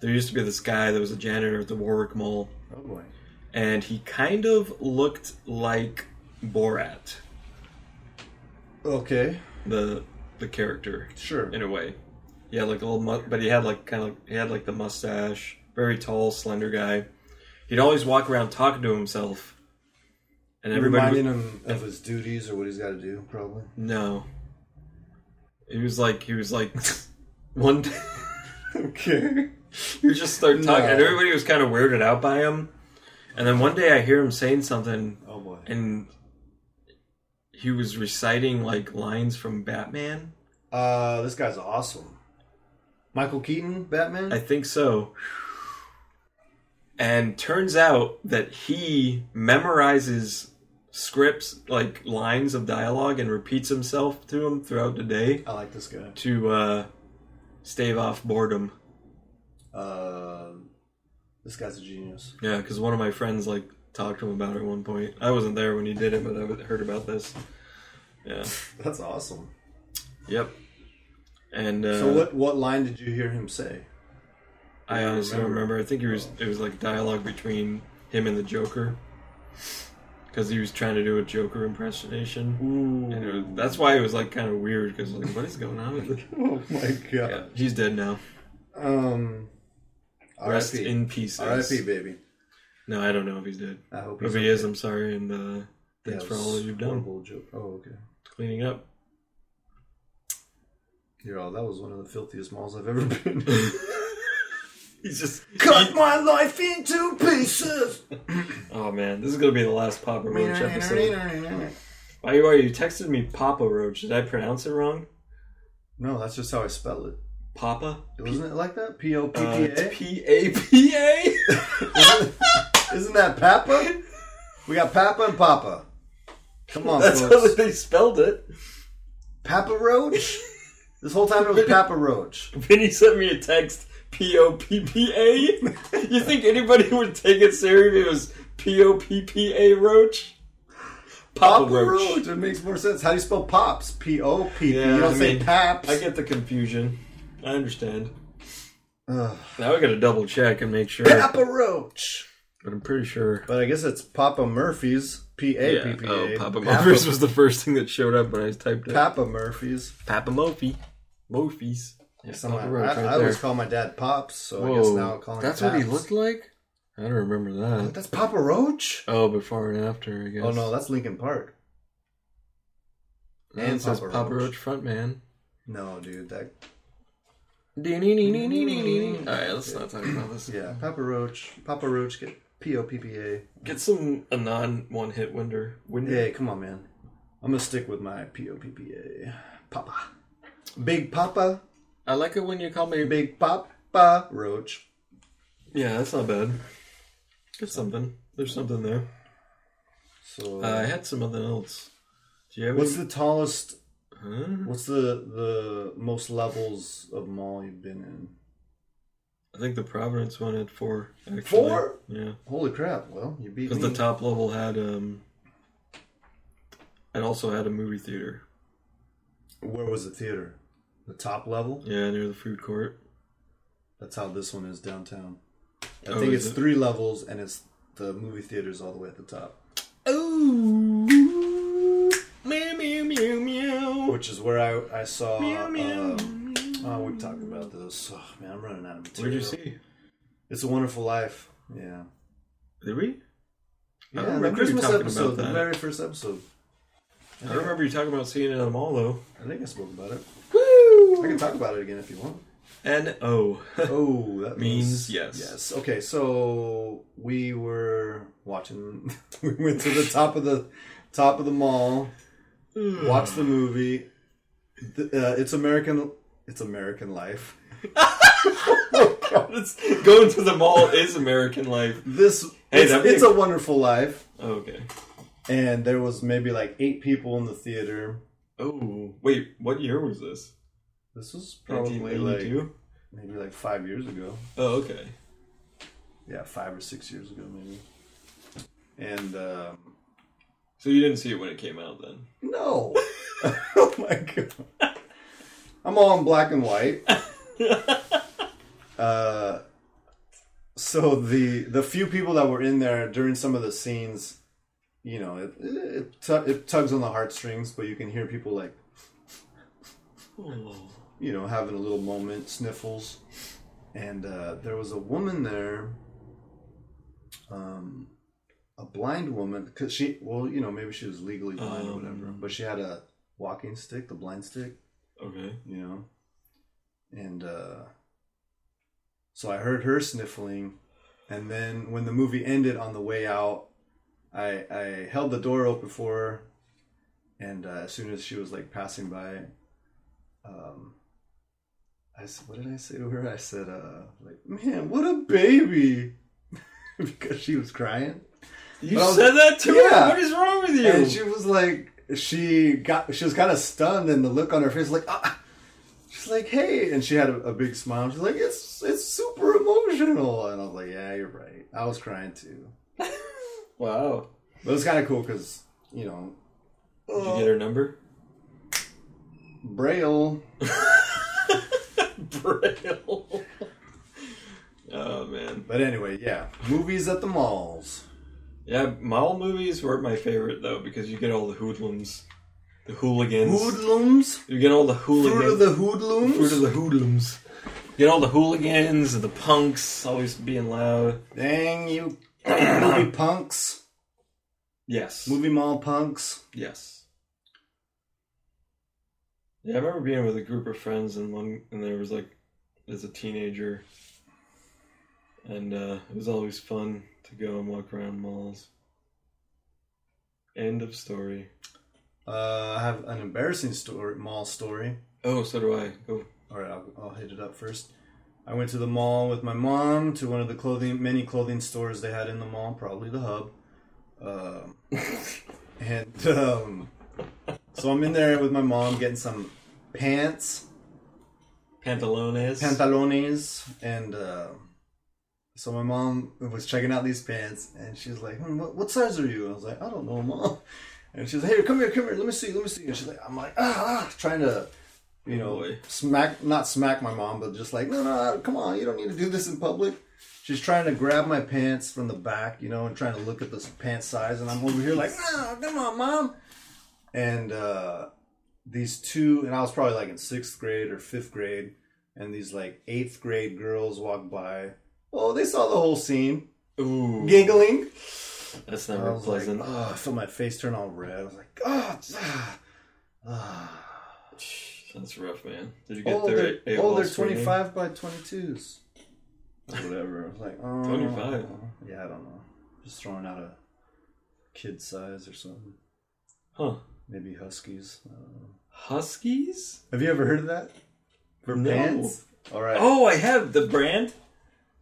There used to be this guy that was a janitor at the Warwick Mall, Oh boy. and he kind of looked like Borat, Okay. the the character, Sure. in a way. He had like a little, mu- but he had like kind of like, he had like the mustache, very tall, slender guy. He'd always walk around talking to himself, and everybody would- Reminding him of his duties or what he's got to do, probably. No. He was like he was like one day Okay. he would just start talking and No. everybody was kinda weirded out by him. And then one day I hear him saying something Oh boy. and he was reciting like lines from Batman. Uh, this guy's awesome. Michael Keaton, Batman. I think so. And turns out that he memorizes scripts like lines of dialogue and repeats himself to him throughout the day I like this guy. to uh stave off boredom. Uh, this guy's a genius. Yeah, because one of my friends like talked to him about it at one point. I wasn't there when he did it, but I heard about this. Yeah. That's awesome. Yep. And uh, so what what line did you hear him say? I honestly don't remember? remember. I think it was it was like dialogue between him and the Joker, because he was trying to do a Joker impersonation. And it was, that's why it was like kind of weird because like what is going on with this? oh my Yeah, god. he's dead now. Um. Rest R.I.P. in pieces. R.I.P. Baby. No, I don't know if he's dead. I hope If he he's okay. is, I'm sorry, and uh, Yeah, thanks it for all was you've done horrible joke. Oh okay. cleaning up. You're all. That was one of the filthiest malls I've ever been. He's just Cut my life into pieces. Oh man, this is gonna be the last Papa Roach episode. no, Why are you texted me Papa Roach? Did I pronounce it wrong? that's just how I spell it. Papa? Wasn't it like that? P O P P Uh, A. it's P A P A. Isn't that Papa? We got Papa and Papa. Come on, That's how folks. they spelled it. Papa Roach? This whole time it was Papa Roach. Vinny sent me a text P O P P A. You think anybody would take it serious if it was P O P P A Roach? Papa, Papa Roach. Roach. It makes more sense. How do you spell Pops? P O P P. Yeah, You don't I say mean, Paps. I get the confusion. I understand. Ugh. Now I gotta double check and make sure. Papa Roach. But I'm pretty sure. But I guess it's Papa Murphy's. P A P P A. oh, Papa Murphy's was the first thing that showed up when I typed it. Papa Murphy's. Papa Murphy. Murphy's. Yeah, Somehow- I, I always call my dad Pops, so I guess now I call him That's Paps. what he looked like? I don't remember that. That's Papa Roach? Oh, before and after, I guess. Oh no, that's Lincoln Park. No, and it says Papa Papa Roach. Roach front man. No, dude, that Alright, let's not talk about this. Yeah, Papa Roach. Papa Roach get P O P P A. Get some a non one hit wonder. Winder. Hey, come on, man. I'm gonna stick with my P O P P A. Papa. Big Papa. I like it when you call me. Big Papa Roach. Yeah, that's not bad. Get something. There's something there. So, Uh, I had something else. Do you have what's any? the tallest? Huh? What's the the most levels of mall you've been in? I think the Providence one had four. Actually. Four? Yeah, Holy crap! Well, you beat me. because the top level had um, and also had a movie theater. Where was the theater? The top level? Yeah, near the food court. That's how this one is downtown. I Oh, think is it's it? three levels, and it's the movie theater's all the way at the top, Ooh, meow meow meow meow. which is where I I saw. Meow, meow, um, meow. oh, we've talked about this. Oh, man, I'm running out of material. Where'd you see? It's a Wonderful Life. Yeah. Did we? I Yeah, don't remember the you Christmas talking episode, about the that. very first episode. I I think- remember you talking about seeing it at the mall though. I think I spoke about it. I Woo! can talk about it again if you want. N O. Oh, that Means was- yes. Yes. Okay, so we were watching. we went to the top of the top of the mall. Watched the movie. The, uh, it's American. It's American Life. Going to the mall is American life. This. Hey, it's, that'd be it's a- a Wonderful Life. Okay. And there was maybe like eight people in the theater. Oh wait, what year was this? This was probably like 1982. maybe like five years ago. Oh okay. Yeah, five or six years ago maybe. And um, So you didn't see it when it came out then. No. oh my god. I'm all in black and white. uh, so the the few people that were in there during some of the scenes, you know, it it, tu- it tugs on the heartstrings, but you can hear people like Oh. you know having a little moment, sniffles, and uh, there was a woman there. Um. A blind woman, because she, well, you know, maybe she was legally blind or whatever, Um. but she had a walking stick, the blind stick, Okay. you know and uh so i heard her sniffling and then when the movie ended on the way out i i held the door open for her and uh, as soon as she was like passing by um i said what did i say to her i said uh like man what a baby because she was crying You Well, said that to yeah. her? What is wrong with you? and she was like, she got, she was kind of stunned, and the look on her face, like, ah. she's like, hey, and she had a, a big smile. She's like, it's it's super emotional, and I was like, yeah, you're right. I was crying too, wow. but it was kind of cool because you know, Did you get her number? Braille. Braille. oh man. But anyway, yeah, movies at the malls. Yeah, mall movies were my favorite though because you get all the hoodlums, the hooligans. Hoodlums, you get all the fruit hooligans. of the hoodlums. Fruit of the hoodlums. You get all the hooligans and the punks always being loud. Dang you, movie punks, Yes. movie mall punks. Yes. Yeah, I remember being with a group of friends and one and there was like there's a teenager and uh, it was always fun to go and walk around malls. End of story. Uh, I have an embarrassing story, mall story. Oh, so do I. Go All right, I'll, I'll hit it up first. I went to the mall with my mom to one of the clothing, many clothing stores they had in the mall, probably the hub. Um, and um, so I'm in there with my mom getting some pants, pantalones. pantalones, and uh, so my mom was checking out these pants, and she's like, hmm, what, "What size are you?" And I was like, "I don't know, mom." And she's like, "Here, come here, come here. Let me see, let me see." And she's like, "I'm like, ah, ah," trying to you know, Boy. smack not smack my mom, but just like, no, no, come on, you don't need to do this in public. She's trying to grab my pants from the back, you know, and trying to look at the pant size, and I'm over here like, no, come on, mom. And uh, these two, and I was probably like in sixth grade or fifth grade, and these like eighth grade girls walked by. Oh, they saw the whole scene, Ooh. giggling. That's I never was like, pleasant. oh, I felt my face turn all red. I was like, oh, ah, ah. That's rough, man. Did you get Oh, there? they're, oh, they're 25 by 22s. Whatever. I was like, oh. 25. Yeah, I don't know. Just throwing out a kid size or something. Huh. Maybe Huskies. I don't know. Huskies? Have you ever heard of that? For No. pants? All right. Oh, I have the brand.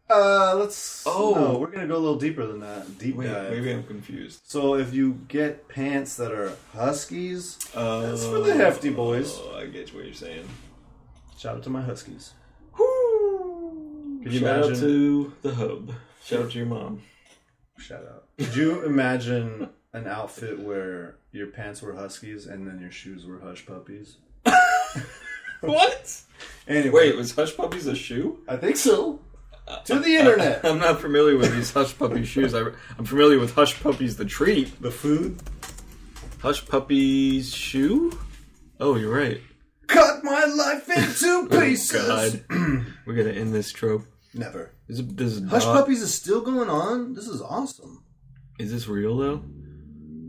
Uh, let's. Oh. Oh. No, we're going to go a little deeper than that. Deep Wait, dive. maybe I'm confused. So if you get pants that are Huskies, Uh, That's for the hefty boys. Oh, I get what you're saying. shout out to my Huskies. Could Give out to the hub. Shout out to your mom. Shout out. Could you imagine an outfit where your pants were huskies and then your shoes were hush puppies? What? Anyway, Wait, was Hush Puppies a shoe? I think so. To the internet, I'm not familiar with these Hush Puppy shoes. I, I'm familiar with Hush Puppies the treat. the food. Hush Puppies shoe? Oh, you're right. Cut my life into pieces. Oh, God, we're gonna end this trope. Never. Is it, this is Hush not- Puppies is still going on. This is awesome. Is this real though?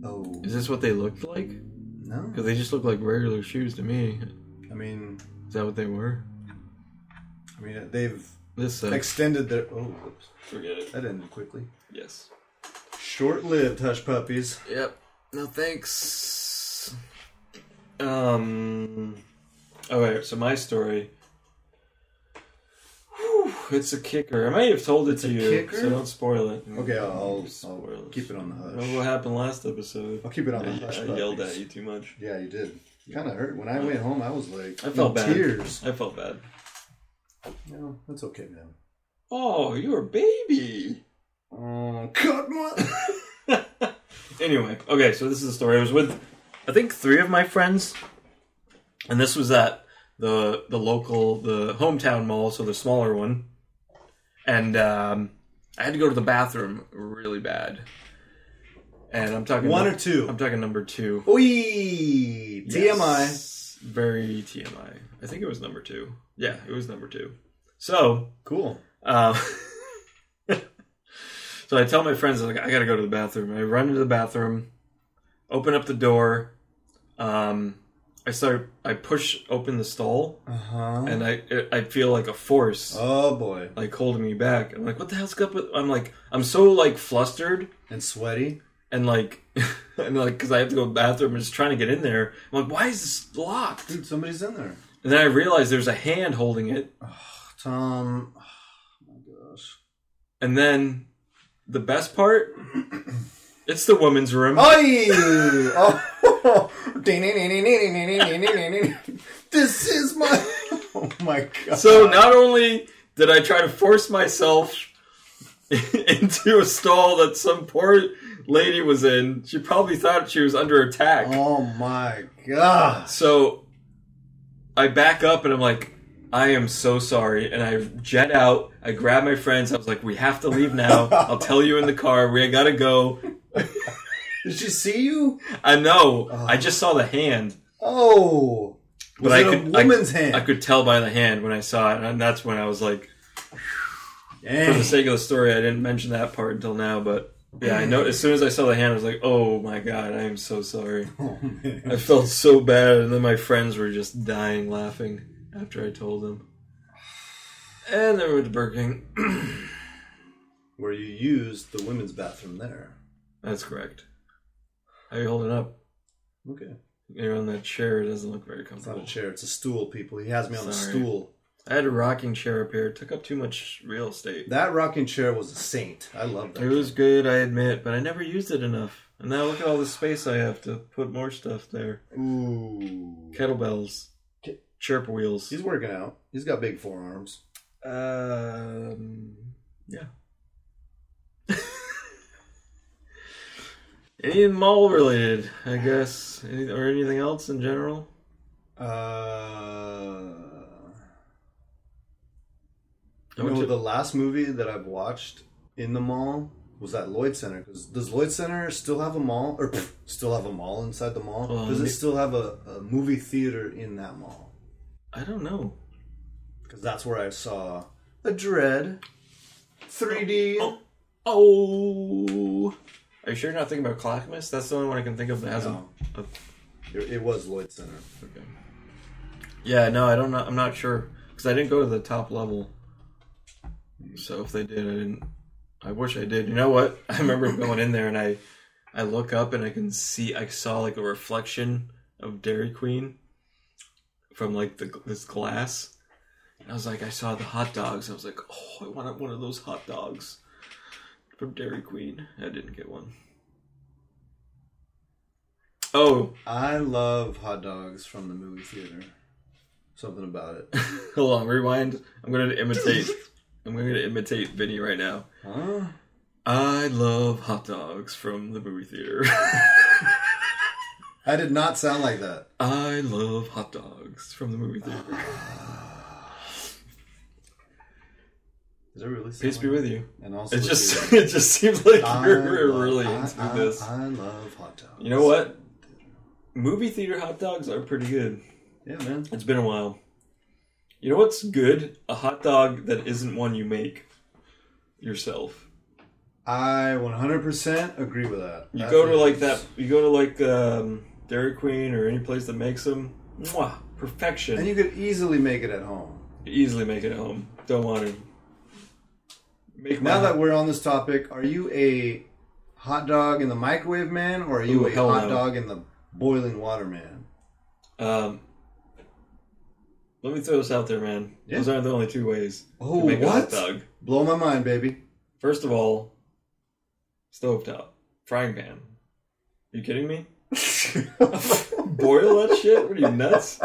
Oh Is this what they looked like? no! Because they just look like regular shoes to me. I mean, Is that what they were? I mean, they've This sucks. extended their. Oh, whoops. Forget it. that ended quickly. Yes. Short-lived Hush Puppies. Yep. No thanks. Um. Okay, so my story. Whew, it's a kicker. I may have told it to a you, kicker? so don't spoil it. Okay, I'll, I'll, Spoil I'll it. keep it on the Remember what hush. happened last episode? I'll keep it on the I, hush. I puppies. yelled at you too much. Yeah, you did. Kind of hurt. When I went home, I was like, I felt in bad. Tears. I felt bad. No, that's okay, man. Oh, you're a baby. Uh, cut my. anyway, okay, so this is the story. I was with, I think, three of my friends, and this was at the the local the hometown mall, so the smaller one. And um, I had to go to the bathroom really bad, and I'm talking One or two? I'm talking number two. Oi, TMI. Yes, very TMI. I think it was number two. Yeah, it was number two. So Cool. um, so I tell my friends, like, I gotta go to the bathroom. I run into the bathroom, open up the door. Um, I start, I push open the stall, Uh huh. and I, I feel like a force, Oh boy, like holding me back. I'm like, what the hell's up? With-? I'm like, I'm so like flustered and sweaty. and like, and like, because I have to go to the bathroom and just trying to get in there. I'm like, why is this locked? Dude, somebody's in there. And then I realize there's a hand holding it, Tom. Oh my gosh. and then the best part, it's the women's room. Oi! oh. this is my. Oh my god. So not only did I try to force myself into a stall that some poor lady was in, she probably thought she was under attack. Oh my god. So I back up and I'm like, I am so sorry. And I jet out. I grab my friends. I was like, we have to leave now. I'll tell you in the car. We gotta go. Did she see you? I know. I just saw the hand. Oh. Was But I it could- a I- woman's hand? I could tell by the hand when I saw it. And that's when I was like, for the Dang. sake of the story, I didn't mention that part until now, but yeah, I know. As soon as I saw the hand, I was like, "Oh my god, I am so sorry." Oh, man. I felt so bad, and then my friends were just dying laughing after I told them. And then we went to Burger King. Where you used the women's bathroom there. That's correct. How you holding up? Okay. You're on that chair. It doesn't look very It's not a comfortable. chair, it's a stool, people. He has me on Sorry. a stool. I had a rocking chair up here. It took up too much real estate. That rocking chair was a saint. I love It that. was good, I admit, but I never used it enough. And now look at all the space I have to put more stuff there. Ooh. Kettlebells, chirp wheels. He's working out. He's got big forearms. Um, yeah. Any mall related, I guess, Any, or anything else in general? Uh, I you went know, to- the last movie that I've watched in the mall was at Lloyd Center. 'Cause does Lloyd Center still have a mall, or pff, still have a mall inside the mall? Well, Does may- it still have a, a movie theater in that mall? I don't know. Because that's where I saw oh, a Dread, 3D. Oh, are you sure you're not thinking about Clackamas? That's the only one I can think of that hasn't. No, oh. it, it was Lloyd Center. Okay. Yeah, no, I don't know. I'm not sure because I didn't go to the top level. So if they did, I didn't. I wish I did. You know what? I remember going in there and I, I look up and I can see. I saw like a reflection of Dairy Queen from like the this glass. And I was like, I saw the hot dogs. I was like, oh, I want one of those hot dogs from Dairy Queen. I didn't get one. Oh, I love hot dogs from the movie theater. Something about it. Hold on, rewind. I'm going to imitate. I'm going to imitate Vinny right now. Huh? I love hot dogs from the movie theater. I did not sound like that. I love hot dogs from the movie theater. Is it really? Peace be with you. And also, It with you. just it just seems like I you're love- really I- into I- this. I love hot dogs. You know what? Movie theater hot dogs are pretty good. Yeah, man. It's been a while. You know what's good? A hot dog that isn't one you make yourself. I 100% agree with that. You That go to is- like that. You go to like um, Dairy Queen or any place that makes them. Mwah, perfection. and you you could easily make it at home. easily make it at home. Don't want to make Now my that we're on this topic, are you a hot dog in the microwave man, or are you Ooh, a Oh, hell hot no. dog in the boiling water man? Um, let me throw this out there, man. Yeah. Those aren't the only two ways Oh, to make a hot what? dog. Blow my mind, baby. First of all, stovetop, frying pan. you kidding me? Boil that shit? What are you nuts?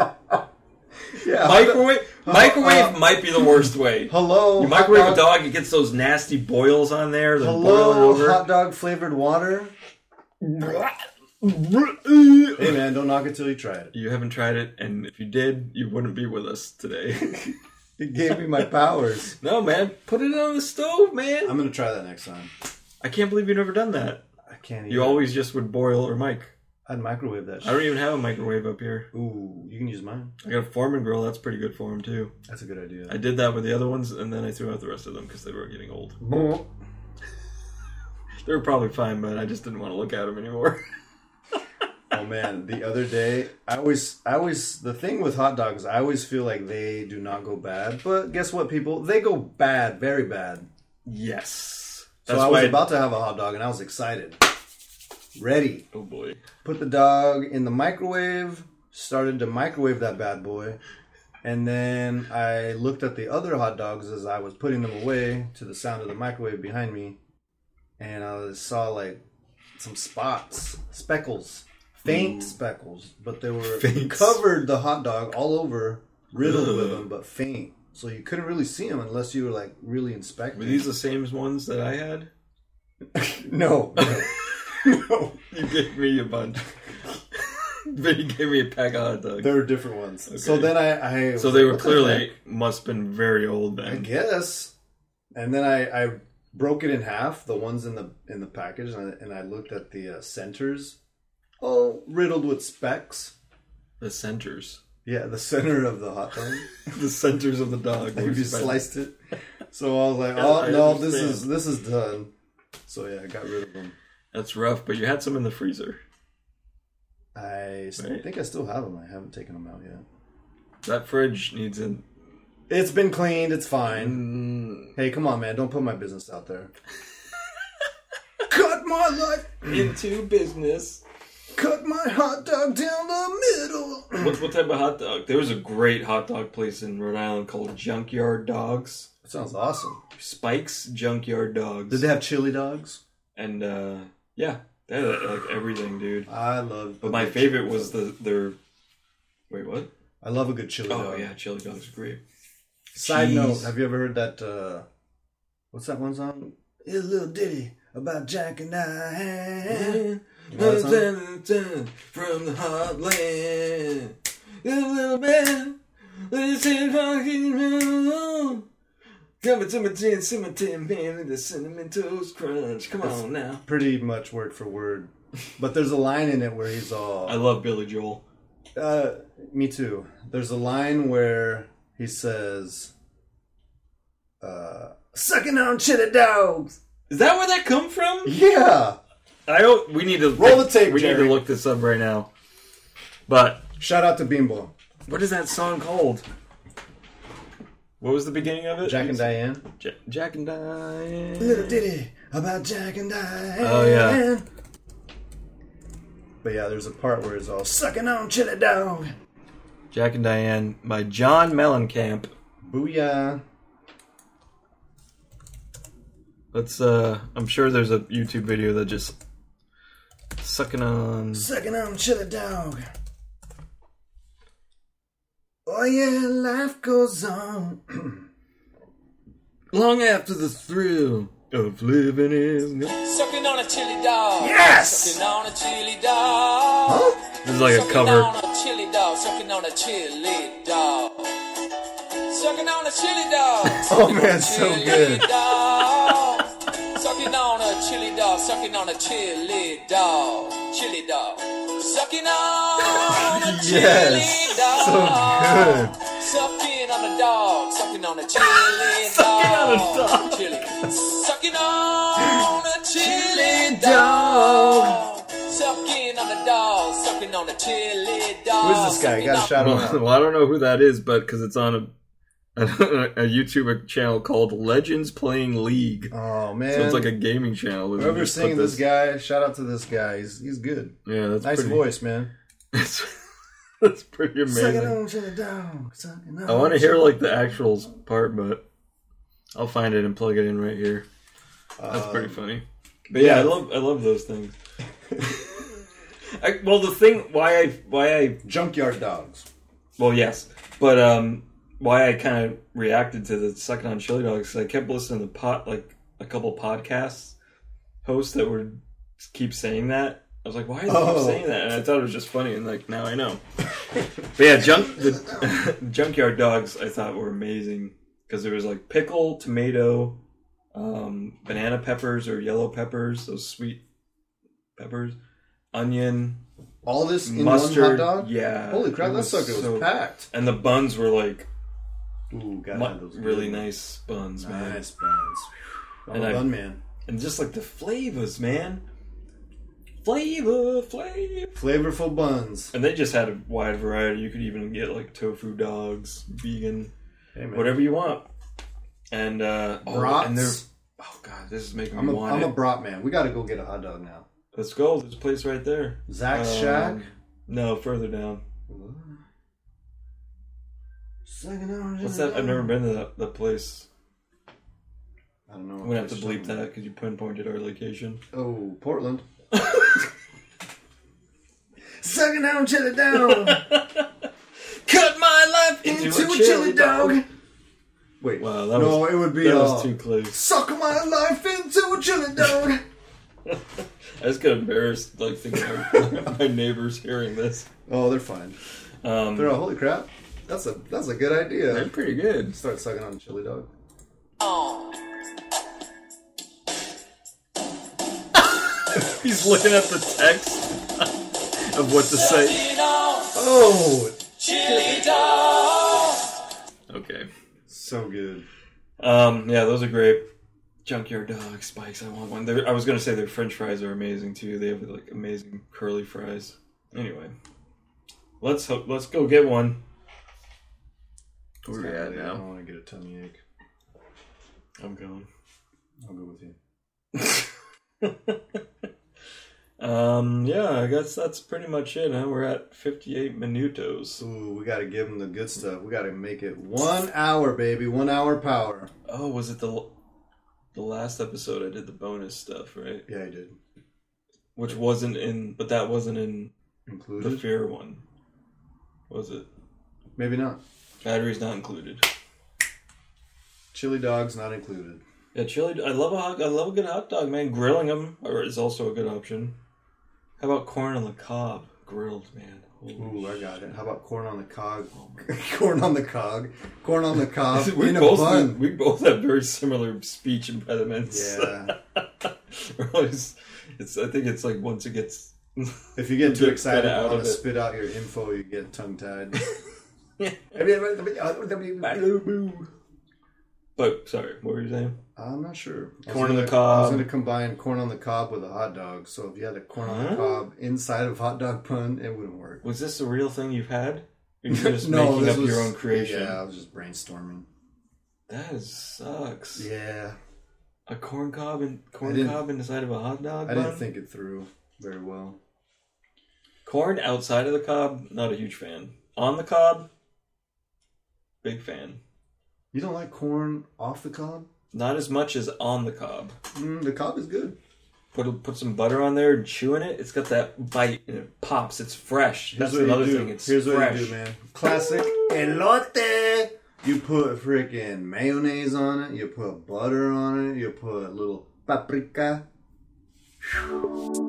yeah. Microwave, uh, microwave uh, might be the worst way. Hello. You hot microwave a dog- dog, it gets those nasty boils on there. They're Hello, boiling hot dog flavored water. over. Hey, man, don't knock it till you try it. You haven't tried it, and if you did, you wouldn't be with us today. It gave me my powers. no, man, put it on the stove, man. I'm gonna try that next time. I can't believe you've never done that. I can't. Even. You always just would boil or mic. I'd microwave that. I Shit. don't even have a microwave up here. Ooh, you can use mine. I got a Foreman grill. That's pretty good for them too. That's a good idea. I did that with the other ones, and then I threw out the rest of them because they were getting old. They were probably fine, but I just didn't want to look at them anymore. Oh man, the other day, I always, I always, the thing with hot dogs, I always feel like they do not go bad. But guess what, people? They go bad, very bad. yes, So that's I why. was about to have a hot dog, and I was excited, ready. oh boy, put the dog in the microwave, started to microwave that bad boy, and then I looked at the other hot dogs as I was putting them away to the sound of the microwave behind me, and I saw like some spots, speckles, faint speckles, but they were Faint. covered the hot dog all over, riddled with Ugh. them, but faint. So you couldn't really see them unless you were like really inspecting. were these the same ones that I had? no, no, no. You gave me a bunch. but you gave me a pack of hot dogs. They were different ones. So Okay. then I, I so was they like, were "What the heck?" clearly must have been very old I then. guess. And then I, I broke it in half, the ones in the in the package, and I, and I looked at the uh, centers, all riddled with specks. The centers, Yeah, the center of the hot dog. the centers of the dog. If were you spent- sliced it, so I was like, Yeah, "Oh I no, this understand. is this is done." So yeah, I got rid of them. That's rough, but you had some in the freezer. I s- Right. think I still have them. I haven't taken them out yet. That fridge needs an. It's been cleaned. It's fine. Mm, Hey, come on, man! Don't put my business out there. Cut my life. into business. Cut my hot dog down the middle. What, what type of hot dog? There was a great hot dog place in Rhode Island called Junkyard Dogs. That sounds awesome. Spikes Junkyard Dogs. Did they have chili dogs? and uh, yeah, they had like everything, dude. I love. But my favorite was the their. Wait, what? I love a good chili Oh dog. yeah, chili dogs are great. Side note: Cheese. Have you ever heard that? uh What's that one song? It's a little ditty about Jack and I. You know that song? From the heartland, a little bit. Let's see if I can Coming to my tin, see my tin pan and the cinnamon toast crunch. Come on now. Pretty much word for word, but there's a line in it where he's all. I love Billy Joel. Uh, me too. There's a line where he says, uh, "Sucking on chili dogs." Is that where that come from? Yeah. I don't. We need to Roll the tape, We need Jerry. to look this up right now. But Shout out to Bimbo, what is that song called? What was the beginning of it? Jack and Diane. Ja- Jack and Diane. Little ditty about Jack and Diane. Oh, yeah. But yeah, there's a part where it's all sucking on chili dog. Jack and Diane by John Mellencamp. Booyah. Let's uh I'm sure there's a YouTube video that just sucking on Sucking on chili dog. Oh yeah, life goes on. long after the thrill. of living is. Sucking on a chili dog. Yes! Sucking on a chili dog. Huh? This is like a Sucking cover. on a chili dog. Sucking on a chili dog. Sucking on a chili dog. Oh man, so Chili good. dog. Sucking on a chili dog. Sucking on a chili dog. Chili dog. Sucking on a chili Yes. dog. So good. Sucking on a dog, sucking on a chili dog, chili, sucking on a chili dog, sucking on a dog, sucking on a chili dog. Who is this guy? sucking Got a on- shout him Well, out. well, I don't know who that is, but because it's on a, a YouTube channel called Legends Playing League. Oh So man. it's like a gaming channel. where they Whoever's just put singing this guy, shout out to this guy. He's he's good. Yeah, that's Nice pretty, voice, man. That's, that's pretty amazing. on, shut it down. Suck it I on, want to shut hear it like the actuals part, but I'll find it and plug it in right here. That's pretty funny. Um, But yeah, I love I love those things. I, well, the thing why I why I Junkyard Dogs. Well, yes, but um, why I kind of reacted to the sucking on chili dogs is I kept listening to pot like a couple podcasts hosts that would keep saying that. I was like, why is they Oh. keep saying that? And I thought it was just funny, and like now I know. but yeah, junk the junkyard dogs I thought were amazing because there was like pickle, tomato, um, banana peppers or yellow peppers, those sweet peppers, onion, All this in mustard. one hot dog? Yeah, Holy crap, it that sucker was so- packed. and the buns were like Ooh, God, mu- really nice buns, man. Nice buns. I'm And a I- bun man. And just like the flavors, man. Flavor, flavor. Flavorful buns. And they just had a wide variety. You could even get like tofu dogs, vegan, Hey, man. whatever you want. And uh oh, Brats. and they're oh god, this is making I'm me a, want I'm a it. brat man. We got to go get a hot dog now. Let's go. There's a place right there. Zach's Um, Shack. No, further down. What's What's that? I've never been to that, that place. I don't know. I'm gonna have to bleep that because you pinpointed our location. Oh, Portland. Sucking down, chili down Cut my life into a chili dog. Wait, Wow, that no, was- it would be That uh, was too close. suck my life into a chili dog. I just got embarrassed, like thinking of my neighbors hearing this. oh, they're fine. Um, They're all holy crap. That's a that's a good idea. pretty good. Start sucking on chili dog. He's looking at the text of what to say. Sucking on Oh, chili dog. Okay. so good. Um, yeah, those are great. Junkyard dog spikes. I want one. They're, I was gonna say their French fries are amazing too. They have like amazing curly fries. Anyway, let's ho- let's go get one. Where we at I now? want to get a tummy ache. I'm going. I'll go with you. Um, yeah, I guess that's pretty much it. Huh? We're at 58 minutos. Ooh, we gotta give them the good stuff. We gotta make it one hour, baby. One hour power. Oh, was it the the last episode I did the bonus stuff, right? Yeah, I did. Which wasn't in, but that wasn't in the Included? fear one, was it? Maybe not. Batteries not included. Chili dogs not included. Yeah, chili. I love a hot. I love a good hot dog, man. Grilling them is also a good option. How about corn on the cob, grilled, man? Holy Ooh, I got it. How about corn on the cog? corn on the cog. Corn on the cob shit. we in a both bun. we both have very similar speech impediments. Yeah. We're always- it's I think it's like once it gets If you get too Spit excited out and want of to it. spit out your info, you get tongue tied. But sorry, what were you saying? I'm not sure. I was Corn on the gonna- I was cob. going to combine corn on the cob with a hot dog. So if you had a corn on the Huh? cob inside of hot dog bun, it wouldn't work. Was this a real thing you've had? Or You're just making up this your was- own creation. Yeah, I was just brainstorming. That is, sucks. Yeah, A corn cob and corn didn't- cob inside of a hot dog. I bun? didn't think it through very well. corn outside of the cob. Not a huge fan. On the cob, big fan. You don't like corn off the cob? Not as much as on the cob. Mm, the cob is good. Put put some butter on there and chewing it. It's got that bite and it pops. It's fresh. That's what you another do. thing. It's Here's fresh. what you do, man. Classic elote. You put freaking mayonnaise on it. You put butter on it. You put little paprika. Phew.